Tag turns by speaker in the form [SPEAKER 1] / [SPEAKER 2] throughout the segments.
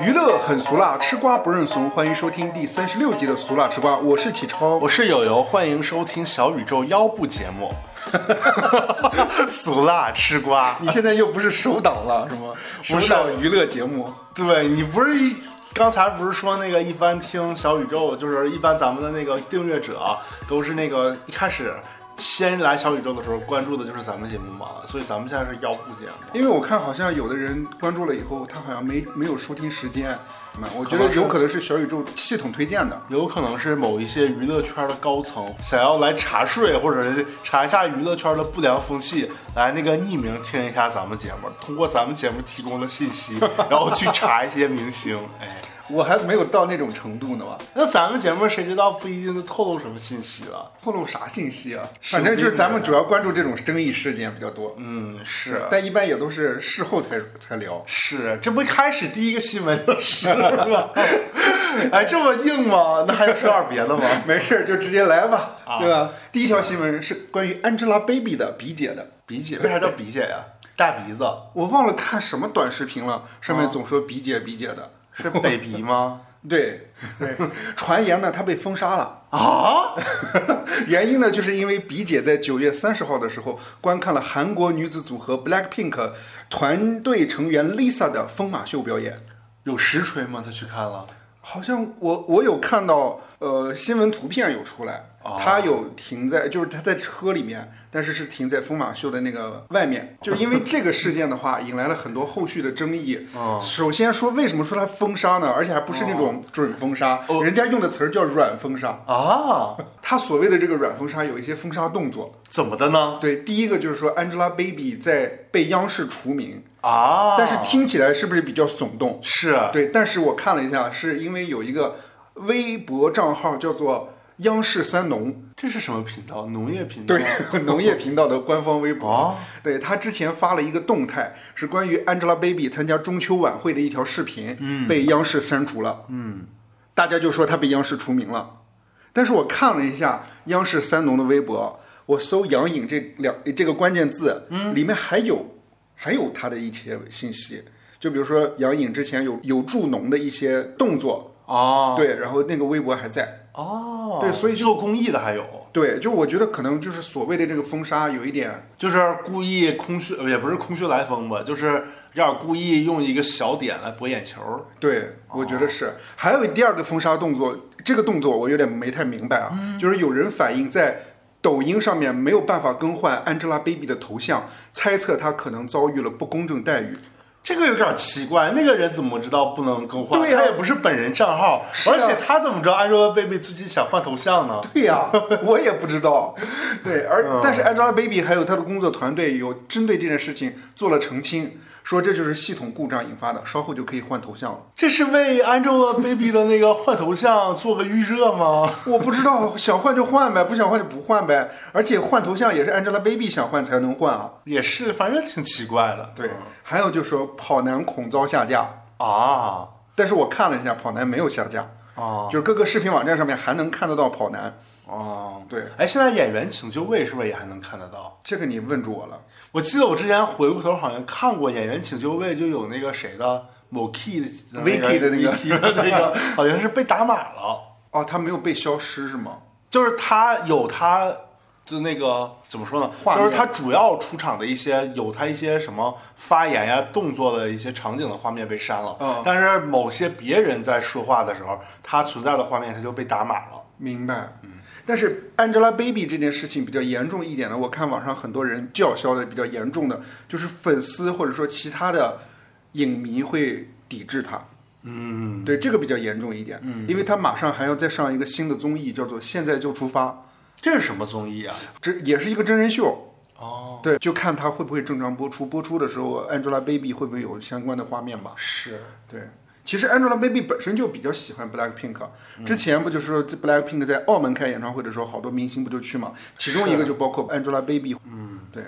[SPEAKER 1] 娱乐很俗辣，吃瓜不认怂。欢迎收听第三十六集的《俗辣吃瓜》，我是启超。
[SPEAKER 2] 我是友友，欢迎收听小宇宙腰部节目， 俗辣吃瓜。
[SPEAKER 1] 你现在又不是首档了，是吗？
[SPEAKER 2] 不
[SPEAKER 1] 首
[SPEAKER 2] 是
[SPEAKER 1] 档娱乐节目，
[SPEAKER 2] 对你不是一刚才不是说那个一般听小宇宙，就是一般咱们的那个订阅者啊都是那个一开始先来小宇宙的时候关注的就是咱们节目嘛，所以咱们现在是腰部节目。
[SPEAKER 1] 因为我看好像有的人关注了以后，他好像没没有收听时间。嗯我觉得有可能是小宇宙系统推荐的。
[SPEAKER 2] 有可能是某一些娱乐圈的高层想要来查税，或者是查一下娱乐圈的不良风气，来那个匿名听一下咱们节目，通过咱们节目提供的信息， 然后去查一些明星。哎，
[SPEAKER 1] 我还没有到那种程度呢吧？
[SPEAKER 2] 那咱们节目谁知道不一定能透露什么信息了？
[SPEAKER 1] 透露啥信息啊？
[SPEAKER 2] 手
[SPEAKER 1] 反
[SPEAKER 2] 机
[SPEAKER 1] 正就是咱们主要关注这种争议事件比较多，啊
[SPEAKER 2] 嗯，是
[SPEAKER 1] 但一般也都是事后才才聊。
[SPEAKER 2] 是，这不一开始第一个新闻就是 了。哎，这么硬吗？那还有说点别的吗？
[SPEAKER 1] 没事儿，就直接来吧，
[SPEAKER 2] 啊
[SPEAKER 1] 对吧？第一条新闻是关于 Angelababy 的鼻姐的，
[SPEAKER 2] 鼻姐，为啥叫鼻姐呀？大鼻子
[SPEAKER 1] 我忘了看什么短视频了，上面总说鼻姐鼻姐的。
[SPEAKER 2] 是北鼻 吗？
[SPEAKER 1] 对，对 传言呢，她被封杀了，
[SPEAKER 2] 啊？
[SPEAKER 1] 原因呢，就是因为鼻姐在九月三十号的时候观看了韩国女子组合 BLACKPINK 团队成员 Lisa 的疯马秀表演。
[SPEAKER 2] 有实锤吗？他去看了。
[SPEAKER 1] 好像我我有看到，呃，新闻图片有出来，
[SPEAKER 2] 哦
[SPEAKER 1] 他有停在，就是他在车里面，但是是停在疯马秀的那个外面。就因为这个事件的话，引来了很多后续的争议。
[SPEAKER 2] 哦
[SPEAKER 1] 首先说为什么说他封杀呢？而且还不是那种准封杀，
[SPEAKER 2] 哦
[SPEAKER 1] 人家用的词儿叫软封杀。
[SPEAKER 2] 啊，
[SPEAKER 1] 他所谓的这个软封杀有一些封杀动作。
[SPEAKER 2] 怎么的呢？
[SPEAKER 1] 对，第一个就是说 Angelababy 在被央视除名，
[SPEAKER 2] 啊，
[SPEAKER 1] 但是听起来是不是比较耸动？
[SPEAKER 2] 是
[SPEAKER 1] 对，但是我看了一下，是因为有一个微博账号叫做央视三农，
[SPEAKER 2] 这是什么频道？农业频道
[SPEAKER 1] 对 农业频道的官方微博，
[SPEAKER 2] 啊，
[SPEAKER 1] 对他之前发了一个动态，是关于 Angelababy 参加中秋晚会的一条视频，
[SPEAKER 2] 嗯
[SPEAKER 1] 被央视删除了，嗯，大家就说她被央视除名了，但是我看了一下央视三农的微博，我搜杨颖这两这个关键字，嗯，里面还有还有她的一些信息。就比如说杨颖之前有有助农的一些动作，
[SPEAKER 2] 哦
[SPEAKER 1] 对，然后那个微博还在。
[SPEAKER 2] 哦，
[SPEAKER 1] 对所以
[SPEAKER 2] 做公益的还有，
[SPEAKER 1] 对，就我觉得可能就是所谓的这个封杀有一点，
[SPEAKER 2] 就是故意空穴，呃也不是空穴来风吧，就是有点故意用一个小点来博眼球。
[SPEAKER 1] 对我觉得是。还有第二个封杀动作，这个动作我有点没太明白啊，就是有人反映在抖音上面没有办法更换 Angelababy 的头像，猜测她可能遭遇了不公正待遇。
[SPEAKER 2] 这个有点奇怪，那个人怎么知道不能更换？
[SPEAKER 1] 对呀啊
[SPEAKER 2] 他也不是本人账号，
[SPEAKER 1] 是啊
[SPEAKER 2] 而且他怎么知道 Angelababy 最近想换头像呢？
[SPEAKER 1] 对呀、 嗯我也不知 道。对，而、但是 Angelababy 还有她的工作团队有针对这件事情做了澄清，说这就是系统故障引发的，稍后就可以换头像了。
[SPEAKER 2] 这是为 Angelababy 的那个换头像做个预热吗？
[SPEAKER 1] 我不知道，想换就换呗，不想换就不换呗。而且换头像也是 Angelababy 想换才能换啊。
[SPEAKER 2] 也是，反正挺奇怪的。
[SPEAKER 1] 对，还有就是说跑男恐遭下架，
[SPEAKER 2] 啊
[SPEAKER 1] 但是我看了一下，跑男没有下架，
[SPEAKER 2] 啊
[SPEAKER 1] 就是各个视频网站上面还能看得到跑男。
[SPEAKER 2] 啊！
[SPEAKER 1] 哦对，
[SPEAKER 2] 哎，现在演员请就位是不是也还能看得到？
[SPEAKER 1] 这个你问住我了。
[SPEAKER 2] 我记得我之前回过头好像看过《演员请就位》，就有那个谁的某 key 的那
[SPEAKER 1] Vicky 的那个
[SPEAKER 2] Vicky 的那个， 好像是被打码了，
[SPEAKER 1] 哦，他没有被消失是吗？
[SPEAKER 2] 就是他有他。就那个怎么说呢？
[SPEAKER 1] 画面
[SPEAKER 2] 就是他主要出场的一些有他一些什么发言呀、动作的一些场景的画面被删了，
[SPEAKER 1] 嗯
[SPEAKER 2] 但是某些别人在说话的时候，他存在的画面他就被打码了。
[SPEAKER 1] 明白。但是 Angelababy 这件事情比较严重一点呢，我看网上很多人叫嚣的比较严重的，就是粉丝或者说其他的影迷会抵制她。嗯，对，这个比较严重一点，嗯，因为她马上还要再上一个新的综艺，叫做《现在就出发》，
[SPEAKER 2] 这是什么综艺啊？
[SPEAKER 1] 这也是一个真人秀。
[SPEAKER 2] 哦，
[SPEAKER 1] 对，就看她会不会正常播出，播出的时候 Angelababy 会不会有相关的画面吧。
[SPEAKER 2] 是
[SPEAKER 1] 对，其实 Angelababy 本身就比较喜欢 BLACKPINK，之啊前不就是说 BLACKPINK 在澳门开演唱会的时候，好多明星不就去嘛？其中一个就包括 Angelababy。嗯，对。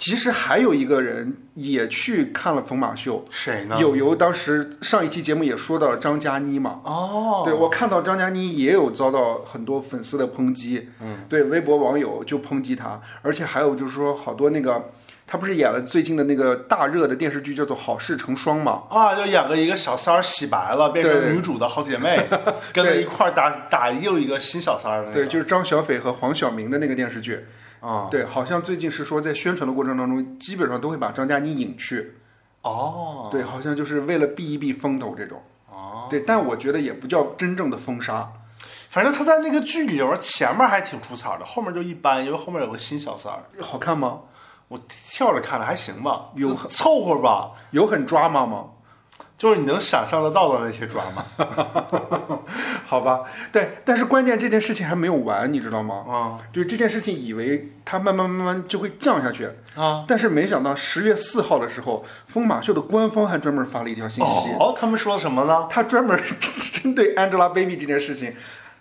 [SPEAKER 1] 其实还有一个人也去看了疯马秀，
[SPEAKER 2] 谁呢？
[SPEAKER 1] 友友当时上一期节目也说到了张嘉倪嘛。
[SPEAKER 2] 哦，
[SPEAKER 1] 对，我看到张嘉倪也有遭到很多粉丝的抨击，嗯，对，微博网友就抨击她，而且还有就是说好多那个她不是演了最近的那个大热的电视剧叫做《好事成双》吗？
[SPEAKER 2] 啊，就演个一个小三儿洗白了，变成
[SPEAKER 1] 对
[SPEAKER 2] 女主的好 姐妹，跟着一块儿打打又一个新小三儿的那个。
[SPEAKER 1] 对，就是张小斐和黄晓明的那个电视剧。
[SPEAKER 2] 哎啊、
[SPEAKER 1] 对，好像最近是说在宣传的过程当中，基本上都会把张嘉倪引去。
[SPEAKER 2] 哦，
[SPEAKER 1] 对，好像就是为了避一避风头这种。
[SPEAKER 2] 哦，
[SPEAKER 1] 对，但我觉得也不叫真正的封杀。
[SPEAKER 2] 反正他在那个剧里边前面还挺出彩的，后面就一般，因为后面有个新小三儿。
[SPEAKER 1] 好看吗？
[SPEAKER 2] 我跳着看了还行吧，
[SPEAKER 1] 有
[SPEAKER 2] 就凑合吧，
[SPEAKER 1] 有很抓马吗？
[SPEAKER 2] 就是你能想象得到的那些抓马。
[SPEAKER 1] 好吧，对，但是关键这件事情还没有完，你知道吗？
[SPEAKER 2] 啊
[SPEAKER 1] 就这件事情，以为它慢慢慢慢就会降下去，
[SPEAKER 2] 啊！
[SPEAKER 1] 但是没想到十月四号的时候，疯马秀的官方还专门发了一条信息，
[SPEAKER 2] 哦，他们说什么呢？
[SPEAKER 1] 他专门针对 Angelababy 这件事情，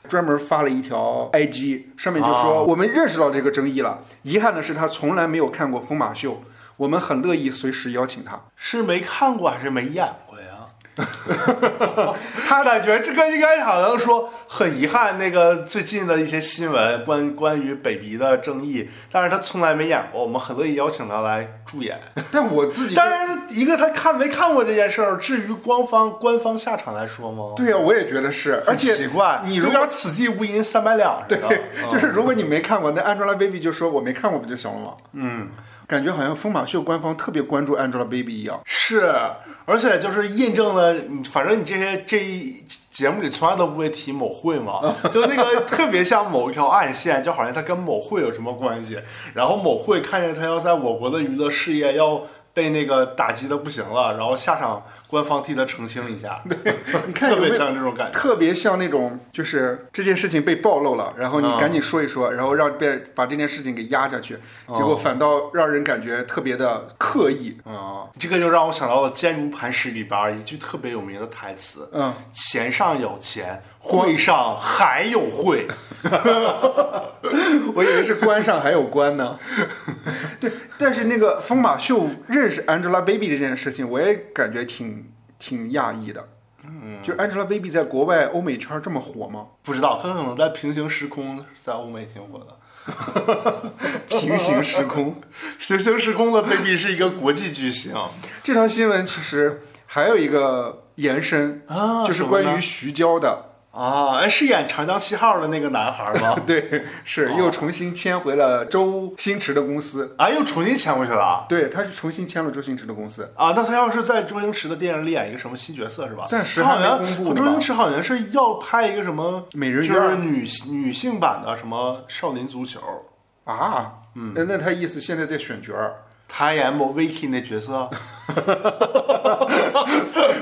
[SPEAKER 1] 专门发了一条 IG，上面就说、
[SPEAKER 2] 啊
[SPEAKER 1] 我们认识到这个争议了，遗憾的是他从来没有看过疯马秀，我们很乐意随时邀请他。
[SPEAKER 2] 是没看过还是没演过呀？
[SPEAKER 1] 他
[SPEAKER 2] 感觉这个应该好像说很遗憾，那个最近的一些新闻关关于北鼻的争议，但是他从来没演过，我们很乐意邀请他来助演。
[SPEAKER 1] 但我 自己
[SPEAKER 2] 当然，一个他看没看过这件事儿，至于官方官方下场来说吗？
[SPEAKER 1] 对呀、啊我也觉得是，而且
[SPEAKER 2] 很奇怪，
[SPEAKER 1] 你
[SPEAKER 2] 就
[SPEAKER 1] 如果
[SPEAKER 2] 跟此地无银三百两似
[SPEAKER 1] 哦
[SPEAKER 2] 的。嗯
[SPEAKER 1] 就是如果你没看过，那 Angelababy 就说我没看过不就行了吗？嗯，感觉好像疯马秀官方特别关注 Angelababy 一样。
[SPEAKER 2] 是，而且就是印证了你，反正你这些这一节目里从来都不会提某会 嘛，就那个特别像某一条暗线，就好像他跟某会有什么关系，然后某会看见他要在我国的娱乐事业要被那个打击的不行了，然后下场官方替他澄清一下，
[SPEAKER 1] 你看
[SPEAKER 2] 特
[SPEAKER 1] 有没
[SPEAKER 2] 别
[SPEAKER 1] 有？
[SPEAKER 2] 像这种感觉。
[SPEAKER 1] 特别像那种，就是这件事情被暴露了，然后你
[SPEAKER 2] 嗯
[SPEAKER 1] 赶紧说一说，然后让别把这件事情给压下去，结果反倒让人感觉特别的刻意。
[SPEAKER 2] 嗯，这个就让我想到了《坚如磐石》里边儿一句特别有名的台词，
[SPEAKER 1] 嗯，
[SPEAKER 2] 钱上有钱，会上还有会。
[SPEAKER 1] 我以为是官上还有官 呢。对，但是那个疯马秀认识 Angelababy 这件事情，我也感觉挺挺讶异的。嗯，就 Angelababy 在国外欧美圈这么火吗？
[SPEAKER 2] 不知道，很可能在平行时空，在欧美挺火的。
[SPEAKER 1] 平行时空。
[SPEAKER 2] 平行时空的 baby 是一个国际巨星
[SPEAKER 1] 这条新闻其实还有一个延伸，
[SPEAKER 2] 啊
[SPEAKER 1] 就是关于
[SPEAKER 2] 于
[SPEAKER 1] 徐娇的，？
[SPEAKER 2] 啊，哎，是演《长江七号》的那个男孩吗
[SPEAKER 1] 对，是又重新签回了周星驰的公司。
[SPEAKER 2] 啊，又重新潜回去了
[SPEAKER 1] 对，他是重新签了周星驰的公司。
[SPEAKER 2] 啊！那他要是在周星驰的电影里演一个什么新角色是吧？
[SPEAKER 1] 暂时
[SPEAKER 2] 他好
[SPEAKER 1] 还没公
[SPEAKER 2] 像
[SPEAKER 1] 布呢吧
[SPEAKER 2] 周星驰好像是要拍一个什么
[SPEAKER 1] 美人鱼
[SPEAKER 2] 就是女女性版的什么少林足球，
[SPEAKER 1] 啊，嗯，那那他意思现在在选角儿，
[SPEAKER 2] 他演某 Vicky 那角色，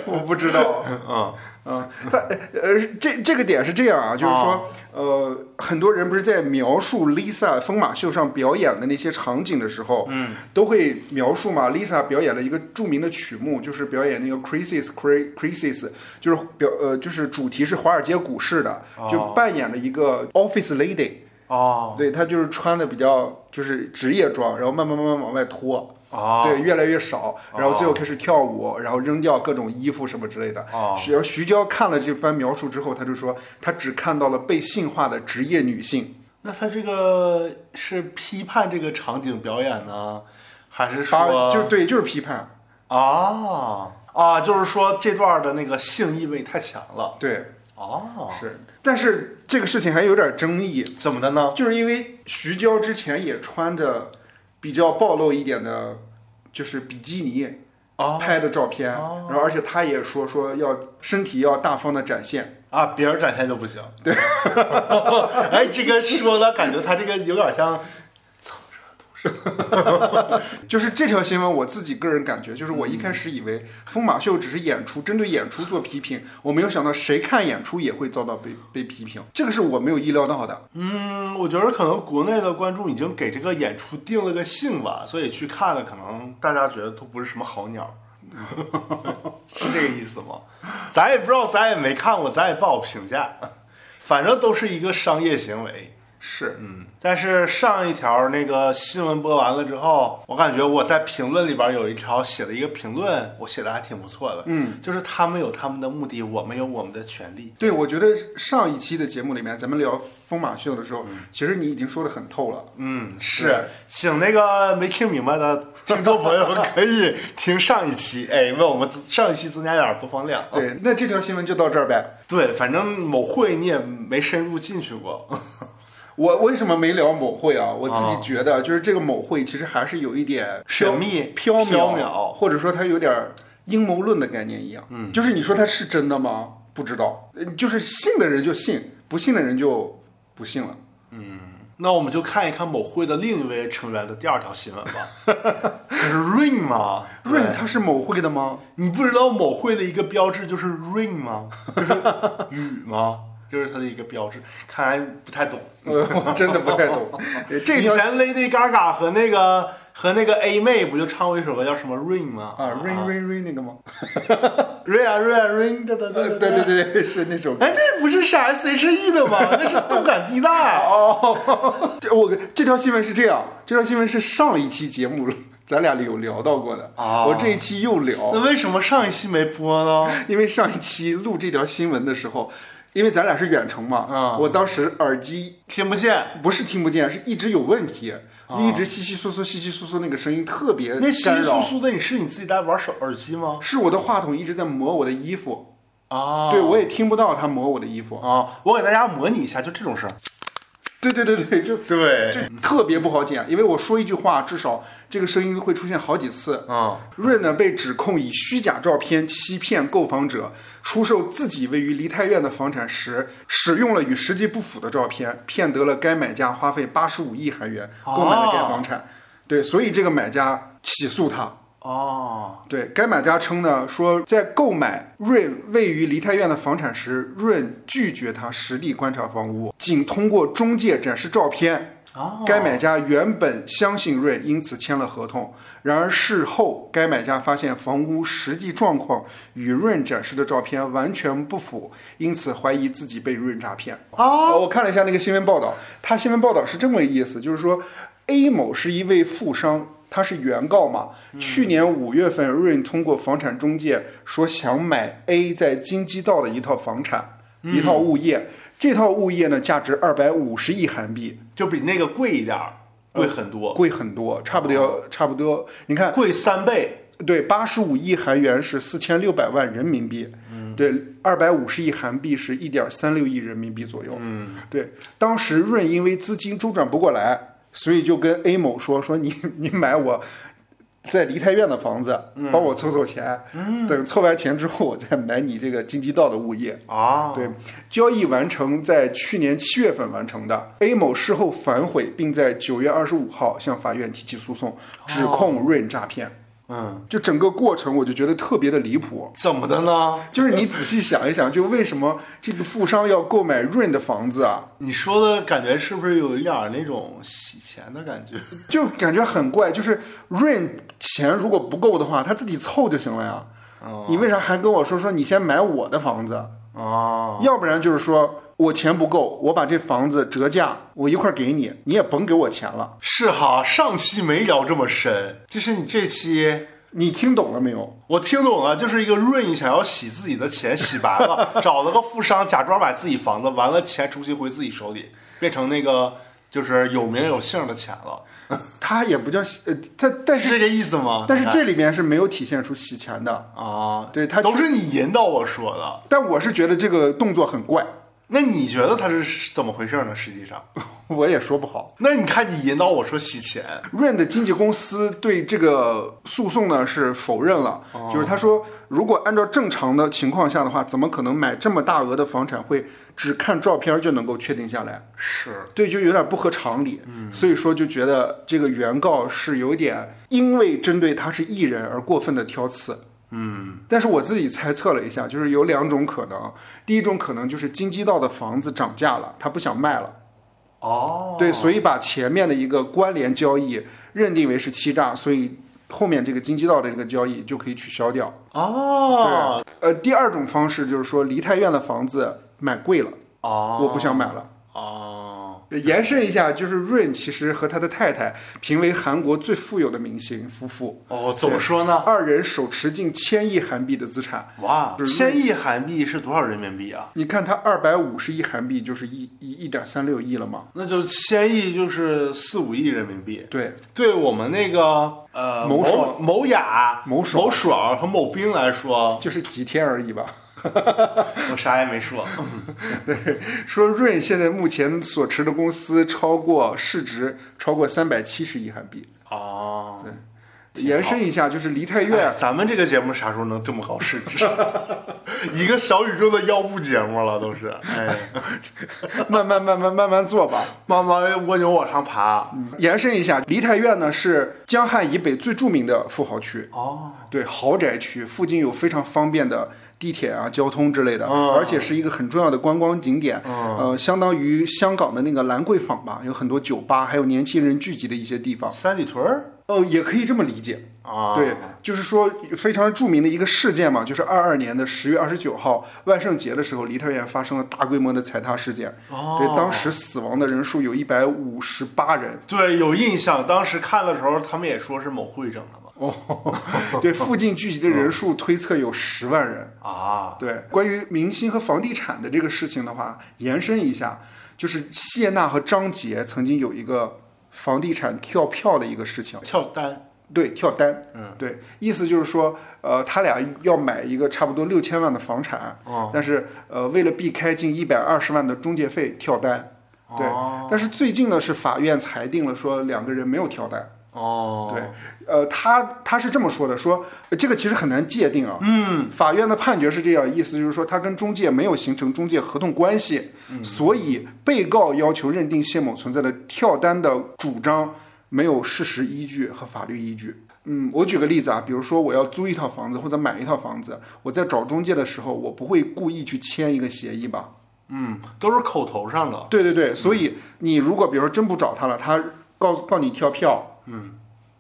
[SPEAKER 1] 我不知道。
[SPEAKER 2] 嗯
[SPEAKER 1] 啊，他呃，这这个点是这样啊，就是说，
[SPEAKER 2] 哦
[SPEAKER 1] 呃，很多人不是在描述 Lisa 疯马秀上表演的那些场景的时候，嗯，都会描述嘛，Lisa 表演了一个著名的曲目，就是表演那个 Crisis Cra- Crisis，就是表呃，就是主题是华尔街股市的，就扮演了一个 Office Lady，、
[SPEAKER 2] 哦
[SPEAKER 1] 对，她就是穿的比较就是职业装，然后慢慢慢慢往外脱。
[SPEAKER 2] 哦，
[SPEAKER 1] 对，越来越少，然后最后开始跳舞，然后扔掉各种衣服什么之类的。
[SPEAKER 2] 哦
[SPEAKER 1] 徐徐娇看了这番描述之后，她就说，她只看到了被性化的职业女性，
[SPEAKER 2] 那他这个是批判这个场景表演呢，还是
[SPEAKER 1] 把
[SPEAKER 2] 说
[SPEAKER 1] 就对，就是批判，
[SPEAKER 2] 啊啊，就是说这段的那个性意味太强了
[SPEAKER 1] 对，
[SPEAKER 2] 啊？
[SPEAKER 1] 是。但是这个事情还有点争议，
[SPEAKER 2] 怎么的呢？
[SPEAKER 1] 就是因为徐娇之前也穿着比较暴露一点的，就是比基尼
[SPEAKER 2] 啊
[SPEAKER 1] 拍的照片，然后而且她也说说要身体要大方的展现，
[SPEAKER 2] 啊，别人展现就不行。对，哎，这个说的感觉他这个有点像
[SPEAKER 1] 就是这条新闻，我自己个人感觉，就是我一开始以为疯马秀只是演出，针对演出做批评，我没有想到谁看演出也会遭到被被批评，这个是我没有意料到的。
[SPEAKER 2] 嗯，我觉得可能国内的观众已经给这个演出定了个性吧，所以去看的可能大家觉得都不是什么好鸟， 是这个意思吗？咱也不知道，咱也没看过，咱也不好评价，反正都是一个商业行为。
[SPEAKER 1] 是，
[SPEAKER 2] 嗯，但是上一条那个新闻播完了之后，我感觉我在评论里边有一条写了一个评论，我写的还挺不错的，嗯，就是他们有他们的目的，我们有我们的权利。
[SPEAKER 1] 对，我觉得上一期的节目里面，咱们聊疯马秀的时候，其实你已经说的很透了。
[SPEAKER 2] 嗯，
[SPEAKER 1] 对
[SPEAKER 2] 是，请那个没听明白的听众朋友 可以听上一期，哎，为我们上一期增加点播放量。
[SPEAKER 1] 对，那这条新闻就到这儿呗。
[SPEAKER 2] 对，反正某会你也没深入进去过，
[SPEAKER 1] 我为什么没聊某会啊？我自己
[SPEAKER 2] 啊
[SPEAKER 1] 觉得，就是这个某会其实还是有一点
[SPEAKER 2] 神
[SPEAKER 1] 飘
[SPEAKER 2] 秘
[SPEAKER 1] 缥缈，
[SPEAKER 2] 缥缈
[SPEAKER 1] 或者说它有点儿阴谋论的概念一样。嗯，就是你说它是真的吗？不知道，呃就是信的人就信，不信的人就不信了。
[SPEAKER 2] 那我们就看一看某会的另一位成员的第二条新闻吧， 就是 Rain 嘛
[SPEAKER 1] 润它是某会的 吗？
[SPEAKER 2] 你不知道某会的一个标志就是 Rain 吗？就是雨吗？ 就是它的一个标志，看来不太懂。
[SPEAKER 1] 呃我真的不太懂。呃这
[SPEAKER 2] 以
[SPEAKER 1] 条
[SPEAKER 2] 前 Lady Gaga 和那个和那个 A 妹不就唱过一首歌叫什么 Rain 吗？
[SPEAKER 1] 啊，rain rain rain 那个吗？
[SPEAKER 2] Rain 啊 Rain 啊 Rain，哒哒哒
[SPEAKER 1] 呃对
[SPEAKER 2] 哒哒。
[SPEAKER 1] 对对，是那首歌。
[SPEAKER 2] 哎，那不是啥 SHE 的 吗？那是动感地带。
[SPEAKER 1] 哦这 我这条新闻是这样，这条新闻是上一期节目咱俩有聊到过的，
[SPEAKER 2] 哦
[SPEAKER 1] 我这一期又聊。
[SPEAKER 2] 那为什么上一期没播呢？
[SPEAKER 1] 因为上一期录这条新闻的时候，因为咱俩是远程嘛，
[SPEAKER 2] 嗯
[SPEAKER 1] 我当时耳机
[SPEAKER 2] 听不见。
[SPEAKER 1] 不是听不见，是一直有问题，一直稀稀疏疏、稀稀疏疏，那个声音特别
[SPEAKER 2] 啊那稀
[SPEAKER 1] 干
[SPEAKER 2] 稀
[SPEAKER 1] 扰
[SPEAKER 2] 疏。疏的，你是你自己在玩手耳机吗？
[SPEAKER 1] 是我的话筒一直在磨我的衣服，
[SPEAKER 2] 啊
[SPEAKER 1] 对我也听不到它磨我的衣服。
[SPEAKER 2] 啊，我给大家模拟一下，就这种声。
[SPEAKER 1] 对对对对，就
[SPEAKER 2] 对
[SPEAKER 1] 就特别不好剪，因为我说一句话，至少这个声音会出现好几次。
[SPEAKER 2] 嗯，
[SPEAKER 1] 润呢被指控以虚假照片欺骗购房者，出售自己位于梨泰院的房产时，使用了与实际不符的照片，骗得了该买家花费八十五亿韩元购买了该房产。对，所以这个买家起诉他。
[SPEAKER 2] 哦，
[SPEAKER 1] 对该买家称呢，说在购买润位于梨泰院的房产时，润拒绝他实地观察房屋，仅通过中介展示照片。
[SPEAKER 2] 哦
[SPEAKER 1] 该买家原本相信润，因此签了合同。然而事后，该买家发现房屋实际状况与润展示的照片完全不符，因此怀疑自己被润诈骗。
[SPEAKER 2] 哦，
[SPEAKER 1] 我看了一下那个新闻报道，他新闻报道是这么个意思，就是说 A 某是一位富商，他是原告嘛。去年五月份，Rain 通过房产中介说想买 A 在京畿道的一套房产，一套物业。这套物业呢，价值二百五十亿韩币，
[SPEAKER 2] 就比那个贵一点儿，贵很多，
[SPEAKER 1] 贵很多，差不多要差不多。你看，
[SPEAKER 2] 贵三倍。
[SPEAKER 1] 对，八十五亿韩元是四千六百万人民币，对，二百五十亿韩币是一点三六亿人民币左右。嗯，对，当时润因为资金周转不过来，所以就跟 A 某说说你你买我在梨泰院的房子，帮我凑凑钱，等凑完钱之后我再买你这个京畿道的物业。
[SPEAKER 2] 啊，
[SPEAKER 1] 对，交易完成在去年七月份完成的。A 某事后反悔，并在九月二十五号向法院提起诉讼，指控润诈骗。
[SPEAKER 2] 嗯，
[SPEAKER 1] 就整个过程，我就觉得特别的离谱。
[SPEAKER 2] 怎么的呢？
[SPEAKER 1] 就是你仔细想一想，就为什么这个富商要购买润的房子啊？
[SPEAKER 2] 你说的感觉是不是有一点儿那种洗钱的感觉？
[SPEAKER 1] 就感觉很怪。就是润钱如果不够的话，他自己凑就行了呀。你为啥还跟我说说你先买我的房子？
[SPEAKER 2] 啊，
[SPEAKER 1] 要不然就是说我钱不够，我把这房子折价，我一块儿给你，你也甭给我钱了。
[SPEAKER 2] 是哈，上期没聊这么深，就是你这期。
[SPEAKER 1] 你听懂了没有？
[SPEAKER 2] 我听懂了，就是一个润想要洗自己的钱，洗白 了，找了个富商，假装买自己房子，完了钱重新回自己手里，变成那个就是有名有姓的钱了，
[SPEAKER 1] 他也不叫呃，他但
[SPEAKER 2] 是
[SPEAKER 1] 是
[SPEAKER 2] 这个意思吗？
[SPEAKER 1] 但是这里面是没有体现出洗钱的，
[SPEAKER 2] 啊，
[SPEAKER 1] 对他
[SPEAKER 2] 都是你引导我说的。
[SPEAKER 1] 但我是觉得这个动作很怪，
[SPEAKER 2] 那你觉得他是怎么回事呢？实际上，
[SPEAKER 1] 我也说不好。
[SPEAKER 2] 那你看你引导我说洗钱，
[SPEAKER 1] 润的经纪公司对这个诉讼呢是否认了，就是他说，如果按照正常的情况下的话，怎么可能买这么大额的房产会只看照片就能够确定下来？
[SPEAKER 2] 是
[SPEAKER 1] 对，就有点不合常理。所以说就觉得这个原告是有点因为针对他是艺人而过分的挑刺。嗯，但是我自己猜测了一下，就是有两种可能，第一种可能就是京畿道的房子涨价了，他不想卖了。
[SPEAKER 2] 哦，
[SPEAKER 1] 对，所以把前面的一个关联交易认定为是欺诈，所以后面这个京畿道的这个交易就可以取消掉。
[SPEAKER 2] 哦，
[SPEAKER 1] 呃，第二种方式就是说，梨泰院的房子买贵了，
[SPEAKER 2] 哦，
[SPEAKER 1] 我不想买了。
[SPEAKER 2] 哦，
[SPEAKER 1] 延伸一下，就是 Rain 其实和他的太太评为韩国最富有的明星夫妇，
[SPEAKER 2] 哦，怎么说呢？
[SPEAKER 1] 二人手持近千亿韩币的资产。
[SPEAKER 2] 哇，千亿韩币是多少人民币啊？
[SPEAKER 1] 你看他二百五十亿韩币就是一一一点三六亿了嘛？
[SPEAKER 2] 那就千亿就是四五亿人民币。
[SPEAKER 1] 对，
[SPEAKER 2] 对我们那个呃
[SPEAKER 1] 某
[SPEAKER 2] 某
[SPEAKER 1] 爽
[SPEAKER 2] 某雅、
[SPEAKER 1] 某爽
[SPEAKER 2] 某爽和某冰来说，
[SPEAKER 1] 就是几天而已吧。
[SPEAKER 2] 我啥也 没说。
[SPEAKER 1] 说 Rain 现在目前所持的公司超过市值超过三百七十亿韩币。
[SPEAKER 2] 哦，
[SPEAKER 1] 延伸一下，就是梨泰
[SPEAKER 2] 对，
[SPEAKER 1] 院
[SPEAKER 2] 哎咱们这个节目啥时候能这么高 市值？一个小宇宙的腰部节目了，都是。哎，
[SPEAKER 1] 慢慢慢慢慢慢做吧。嗯
[SPEAKER 2] 慢慢蜗牛往上爬。
[SPEAKER 1] 延伸一下，梨泰院呢是江汉以北最著名的富豪区，
[SPEAKER 2] 哦，
[SPEAKER 1] 对豪宅区，附近有非常方便的地铁啊、交通之类的，
[SPEAKER 2] 嗯
[SPEAKER 1] 而且是一个很重要的观光景点，
[SPEAKER 2] 嗯
[SPEAKER 1] 呃，相当于香港的那个兰桂坊吧，有很多酒吧，还有年轻人聚集的一些地方，
[SPEAKER 2] 三里屯儿
[SPEAKER 1] 哦、也可以这么理解，
[SPEAKER 2] 啊，
[SPEAKER 1] 对，就是说非常著名的一个事件嘛，就是二二年的十月二十九号万圣节的时候，梨泰院发生了大规模的踩踏事件。
[SPEAKER 2] 哦
[SPEAKER 1] 对，当时死亡的人数有一百五十八 人。
[SPEAKER 2] 对，有印象。当时看的时候，他们也说是某会整的嘛。
[SPEAKER 1] 对，附近聚集的人数推测有十万人。
[SPEAKER 2] 啊，
[SPEAKER 1] 对，关于明星和房地产的这个事情的话，延伸一下，就是谢娜和张杰曾经有一个房地产跳票的一个事情。
[SPEAKER 2] 跳单
[SPEAKER 1] 对，跳单，嗯，对，意思就是说，呃，他俩要买一个差不多六千万的房产，
[SPEAKER 2] 哦
[SPEAKER 1] 但是呃，为了避开近一百二十万的中介费，跳单，对，
[SPEAKER 2] 哦
[SPEAKER 1] 但是最近呢是法院裁定了说两个人没有跳单，
[SPEAKER 2] 哦，
[SPEAKER 1] 对，呃，他他是这么说的，说呃这个其实很难界定啊。嗯，法院的判决是这样，意思就是说他跟中介没有形成中介合同关系，所以被告要求认定谢某存在的跳单的主张没有事实依据和法律依据。嗯，我举个例子啊，比如说我要租一套房子或者买一套房子，我在找中介的时候，我不会故意去签一个协议吧？
[SPEAKER 2] 嗯，都是口头上的。
[SPEAKER 1] 对对对，所以你如果比如说真不找他了，他告告你跳票，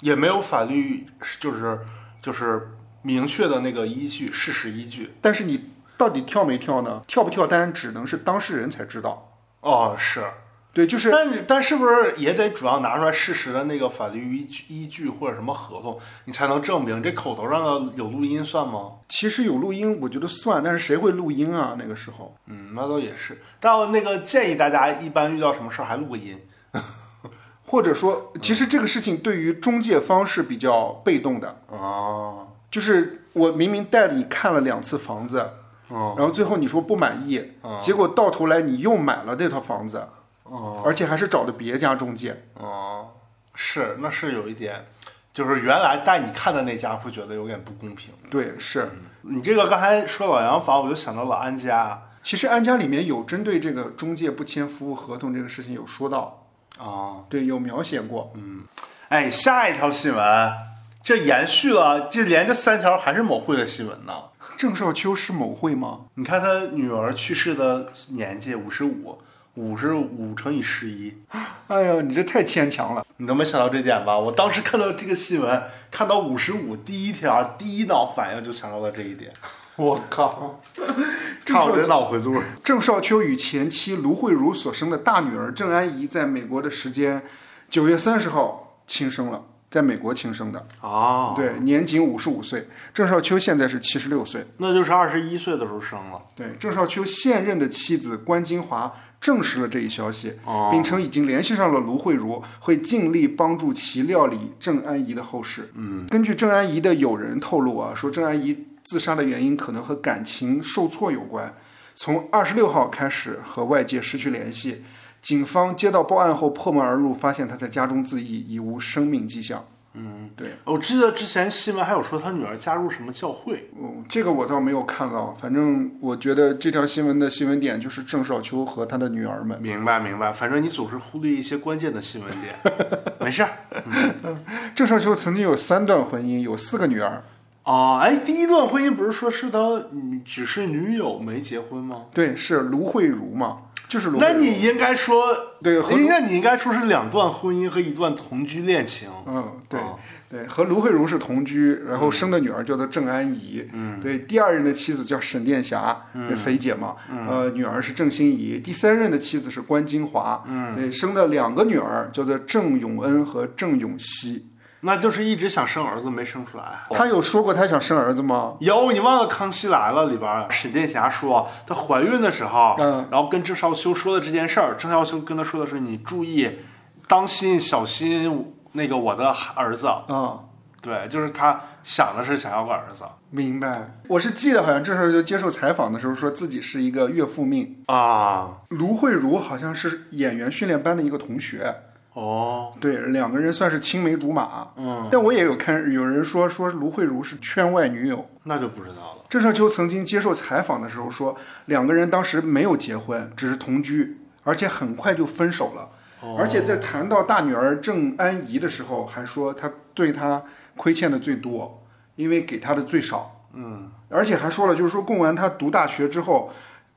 [SPEAKER 2] 也没有法律，就是就是明确的那个依据，事实依据。
[SPEAKER 1] 但是你到底跳没跳呢？跳不跳单只能是当事人才知道。
[SPEAKER 2] 哦，是，
[SPEAKER 1] 对，就是
[SPEAKER 2] 但但是不是也得主要拿出来事实的那个法律依据依据或者什么合同，你才能证明这口头上的有录音算吗？
[SPEAKER 1] 其实有录音，我觉得算，但是谁会录音啊？那个时候，
[SPEAKER 2] 嗯，那倒也是。但我那个建议大家，一般遇到什么事儿还录个音。
[SPEAKER 1] 或者说，其实这个事情对于中介方是比较被动的，
[SPEAKER 2] 哦，
[SPEAKER 1] 就是我明明带你看了两次房子，
[SPEAKER 2] 哦，
[SPEAKER 1] 然后最后你说不满意
[SPEAKER 2] 嗯，
[SPEAKER 1] 结果到头来你又买了这套房子，
[SPEAKER 2] 哦，
[SPEAKER 1] 而且还是找的别家中介。
[SPEAKER 2] 哦，是，那是有一点，就是原来带你看的那家会觉得有点不公平。
[SPEAKER 1] 对，是。
[SPEAKER 2] 你这个刚才说老洋房，我就想到了安家。
[SPEAKER 1] 其实安家里面有针对这个中介不签服务合同这个事情有说到，
[SPEAKER 2] 哦，
[SPEAKER 1] 对，有描写过。
[SPEAKER 2] 哎，下一条新闻，这延续了，这连着三条还是某会的新闻呢。
[SPEAKER 1] 郑少秋是某会吗？
[SPEAKER 2] 你看他女儿去世的年纪五十五，五十五乘以十一，
[SPEAKER 1] 哎呀，你这太牵强了。
[SPEAKER 2] 你都没想到这点吧？我当时看到这个新闻，看到五十五，第一条第一脑反应就想到了这一 点。
[SPEAKER 1] 我靠！郑
[SPEAKER 2] 看我
[SPEAKER 1] 少
[SPEAKER 2] 这脑回路，
[SPEAKER 1] 郑少秋与前妻卢慧茹所生的大女儿郑安怡，在美国的时间九月三十号亲生了，在美国亲生的，
[SPEAKER 2] 啊，
[SPEAKER 1] 对，年仅五十五岁。郑少秋现在是七十六岁。
[SPEAKER 2] 那就是二十一岁的时候生了。
[SPEAKER 1] 对，郑少秋现任的妻子关金华证实了这一消息，
[SPEAKER 2] 哦
[SPEAKER 1] 并称已经联系上了卢慧茹，会尽力帮助其料理郑安怡的后事。嗯，根据郑安怡的友人透露啊，说郑安怡自杀的原因可能和感情受挫有关，从二十六号开始和外界失去联系。警方接到报案后破门而入，发现她在家中自缢，已无生命迹象。嗯，对，
[SPEAKER 2] 我记得之前新闻还有说他女儿加入什么教会，
[SPEAKER 1] 哦，这个我倒没有看到，反正我觉得这条新闻的新闻点就是郑少秋和他的女儿们。
[SPEAKER 2] 明白明白，反正你总是忽略一些关键的新闻 点，没事儿。
[SPEAKER 1] 郑少秋曾经有三段婚姻，有四个女儿。
[SPEAKER 2] 哦，哎，第一段婚姻不是说是他嗯只是女友没结婚吗？
[SPEAKER 1] 对，是卢慧茹嘛？就是轮回
[SPEAKER 2] 那
[SPEAKER 1] 轮回。
[SPEAKER 2] 你应该说，
[SPEAKER 1] 对和
[SPEAKER 2] 应该你应该说是两段婚姻和一段同居恋情。
[SPEAKER 1] 嗯，对、
[SPEAKER 2] 哦
[SPEAKER 1] 对，和卢慧茹是同居，然后生的女儿叫做郑安怡，嗯，对，第二任的妻子叫沈殿霞，对，肥姐嘛，呃，女儿是郑欣宜，第三任的妻子是关金华，嗯，对，生了两个女儿，叫做郑永恩和郑永熙。
[SPEAKER 2] 那就是一直想生儿子没生出来。
[SPEAKER 1] 她有说过她想生儿子吗？
[SPEAKER 2] 有你忘了《康熙来了》里边沈殿霞说她怀孕的时候，
[SPEAKER 1] 嗯
[SPEAKER 2] 然后跟郑少秋说的这件事儿，郑少秋跟她说的是你注意，当心小心那个我的儿子。
[SPEAKER 1] 啊、
[SPEAKER 2] 对，就是她想的是想要个儿子
[SPEAKER 1] 明白。啊我是记得好像这时候就接受采访的时候说自己是一个岳父命。
[SPEAKER 2] 啊。
[SPEAKER 1] 卢慧茹好像是演员训练班的一个同学，
[SPEAKER 2] 哦，
[SPEAKER 1] 对，两个人算是青梅竹马。
[SPEAKER 2] 嗯，
[SPEAKER 1] 但我也有看有人说说卢慧茹是圈外女友。
[SPEAKER 2] 那就不知道了。
[SPEAKER 1] 郑少秋曾经接受采访的时候说，两个人当时没有结婚，只是同居，而且很快就分手了。而且在谈到大女儿郑安怡的时候，还说她对她亏欠的最多，因为给她的最少。嗯，而且还说了，就是说供完她读大学之后，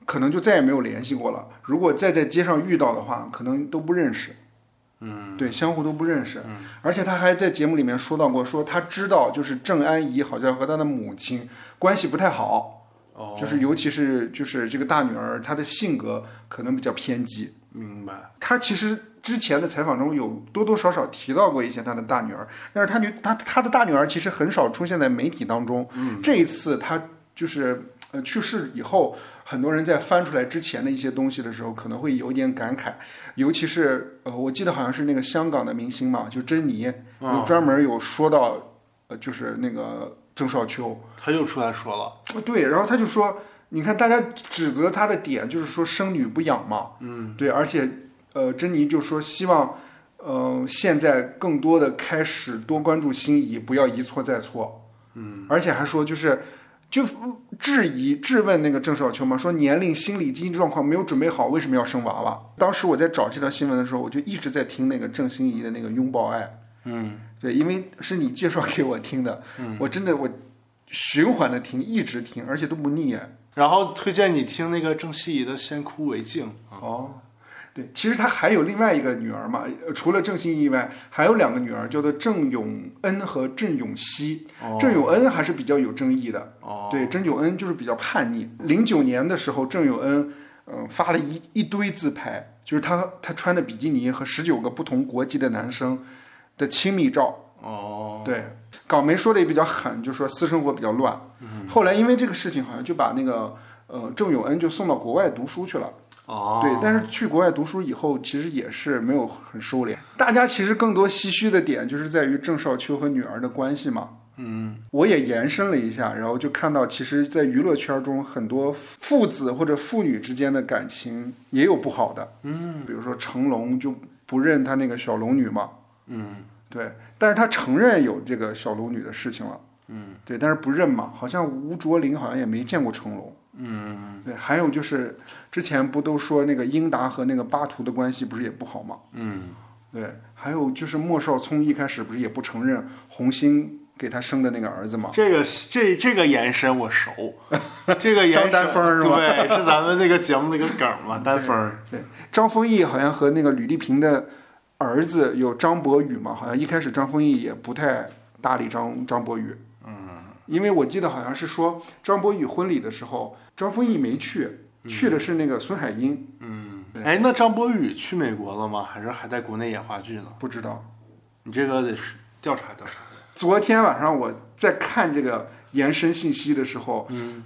[SPEAKER 1] 可能就再也没有联系过了。如果再在街上遇到的话，可能都不认识。嗯，对，相互都不认识。而且他还在节目里面说到过，说他知道就是郑安怡好像和她的母亲关系不太好，
[SPEAKER 2] 哦，
[SPEAKER 1] 就是尤其是就是这个大女儿，她的性格可能比较偏激。
[SPEAKER 2] 明白。
[SPEAKER 1] 她其实之前的采访中有多多少少提到过一些她的大女儿，但是她女她她的大女儿其实很少出现在媒体当中。嗯、这一次她就是呃去世以后，很多人在翻出来之前的一些东西的时候，可能会有点感慨，尤其是呃我记得好像是那个香港的明星嘛，就珍妮，有专门有说到呃就是那个郑少秋。
[SPEAKER 2] 他又出来说了，
[SPEAKER 1] 对，然后他就说，你看大家指责他的点就是说生女不养嘛，嗯，对，而且呃，珍妮就说希望，呃，现在更多的开始多关注心仪，不要一错再错，嗯，而且还说就是。就质疑质问那个郑少秋嘛，说年龄、心理、经济状况没有准备好，为什么要生娃娃？当时我在找这条新闻的时候，我就一直在听那个郑欣宜的那个《拥抱爱》，
[SPEAKER 2] 嗯，
[SPEAKER 1] 对，因为是你介绍给我听的，我真的我循环的听，一直听，而且都不腻哎。
[SPEAKER 2] 然后推荐你听那个郑希怡的《先哭为敬》啊，
[SPEAKER 1] 哦，对，其实他还有另外一个女儿嘛，呃除了郑欣宜以外，还有两个女儿，叫做郑永恩和郑永熙。郑永恩还是比较有争议的，
[SPEAKER 2] 哦，
[SPEAKER 1] 对，郑永恩就是比较叛逆。零九年的时候，郑永恩嗯、呃发了一一堆自拍，就是他他穿的比基尼和十九个不同国籍的男生的亲密照。
[SPEAKER 2] 哦，
[SPEAKER 1] 对，港媒说的也比较狠，就说私生活比较乱。
[SPEAKER 2] 嗯
[SPEAKER 1] 后来因为这个事情，好像就把那个呃郑永恩就送到国外读书去了。
[SPEAKER 2] 哦，
[SPEAKER 1] 对，但是去国外读书以后，其实也是没有很收敛。大家其实更多唏嘘的点就是在于郑少秋和女儿的关系嘛。嗯，我也延伸了一下，然后就看到，其实，在娱乐圈中，很多父子或者父女之间的感情也有不好的。嗯，比如说成龙就不认他那个小龙女嘛。
[SPEAKER 2] 嗯，
[SPEAKER 1] 对，但是他承认有这个小龙女的事情了。嗯，对，但是不认嘛，好像吴卓林好像也没见过成龙。嗯，对，还有就是之前不都说那个英达和那个巴图的关系不是也不好吗？
[SPEAKER 2] 嗯，
[SPEAKER 1] 对，还有就是莫少聪一开始不是也不承认红星给他生的那个儿子吗？
[SPEAKER 2] 这个这这个延伸我 熟，这个延伸
[SPEAKER 1] 张丹峰是吧
[SPEAKER 2] 对，是咱们那个节目那个梗嘛，丹峰。
[SPEAKER 1] 对，张丰毅好像和那个吕丽萍的儿子有张博宇嘛，好像一开始张丰毅也不太搭理张张博宇。嗯，因为我记得好像是说张博宇婚礼的时候，张丰毅没去，去的是那个孙海英，
[SPEAKER 2] 嗯
[SPEAKER 1] 对，
[SPEAKER 2] 哎，那张博宇去美国了吗？还是还在国内演话剧呢？
[SPEAKER 1] 不知道。
[SPEAKER 2] 你这个得是调查调查。
[SPEAKER 1] 昨天晚上我在看这个延伸信息的时候，
[SPEAKER 2] 嗯，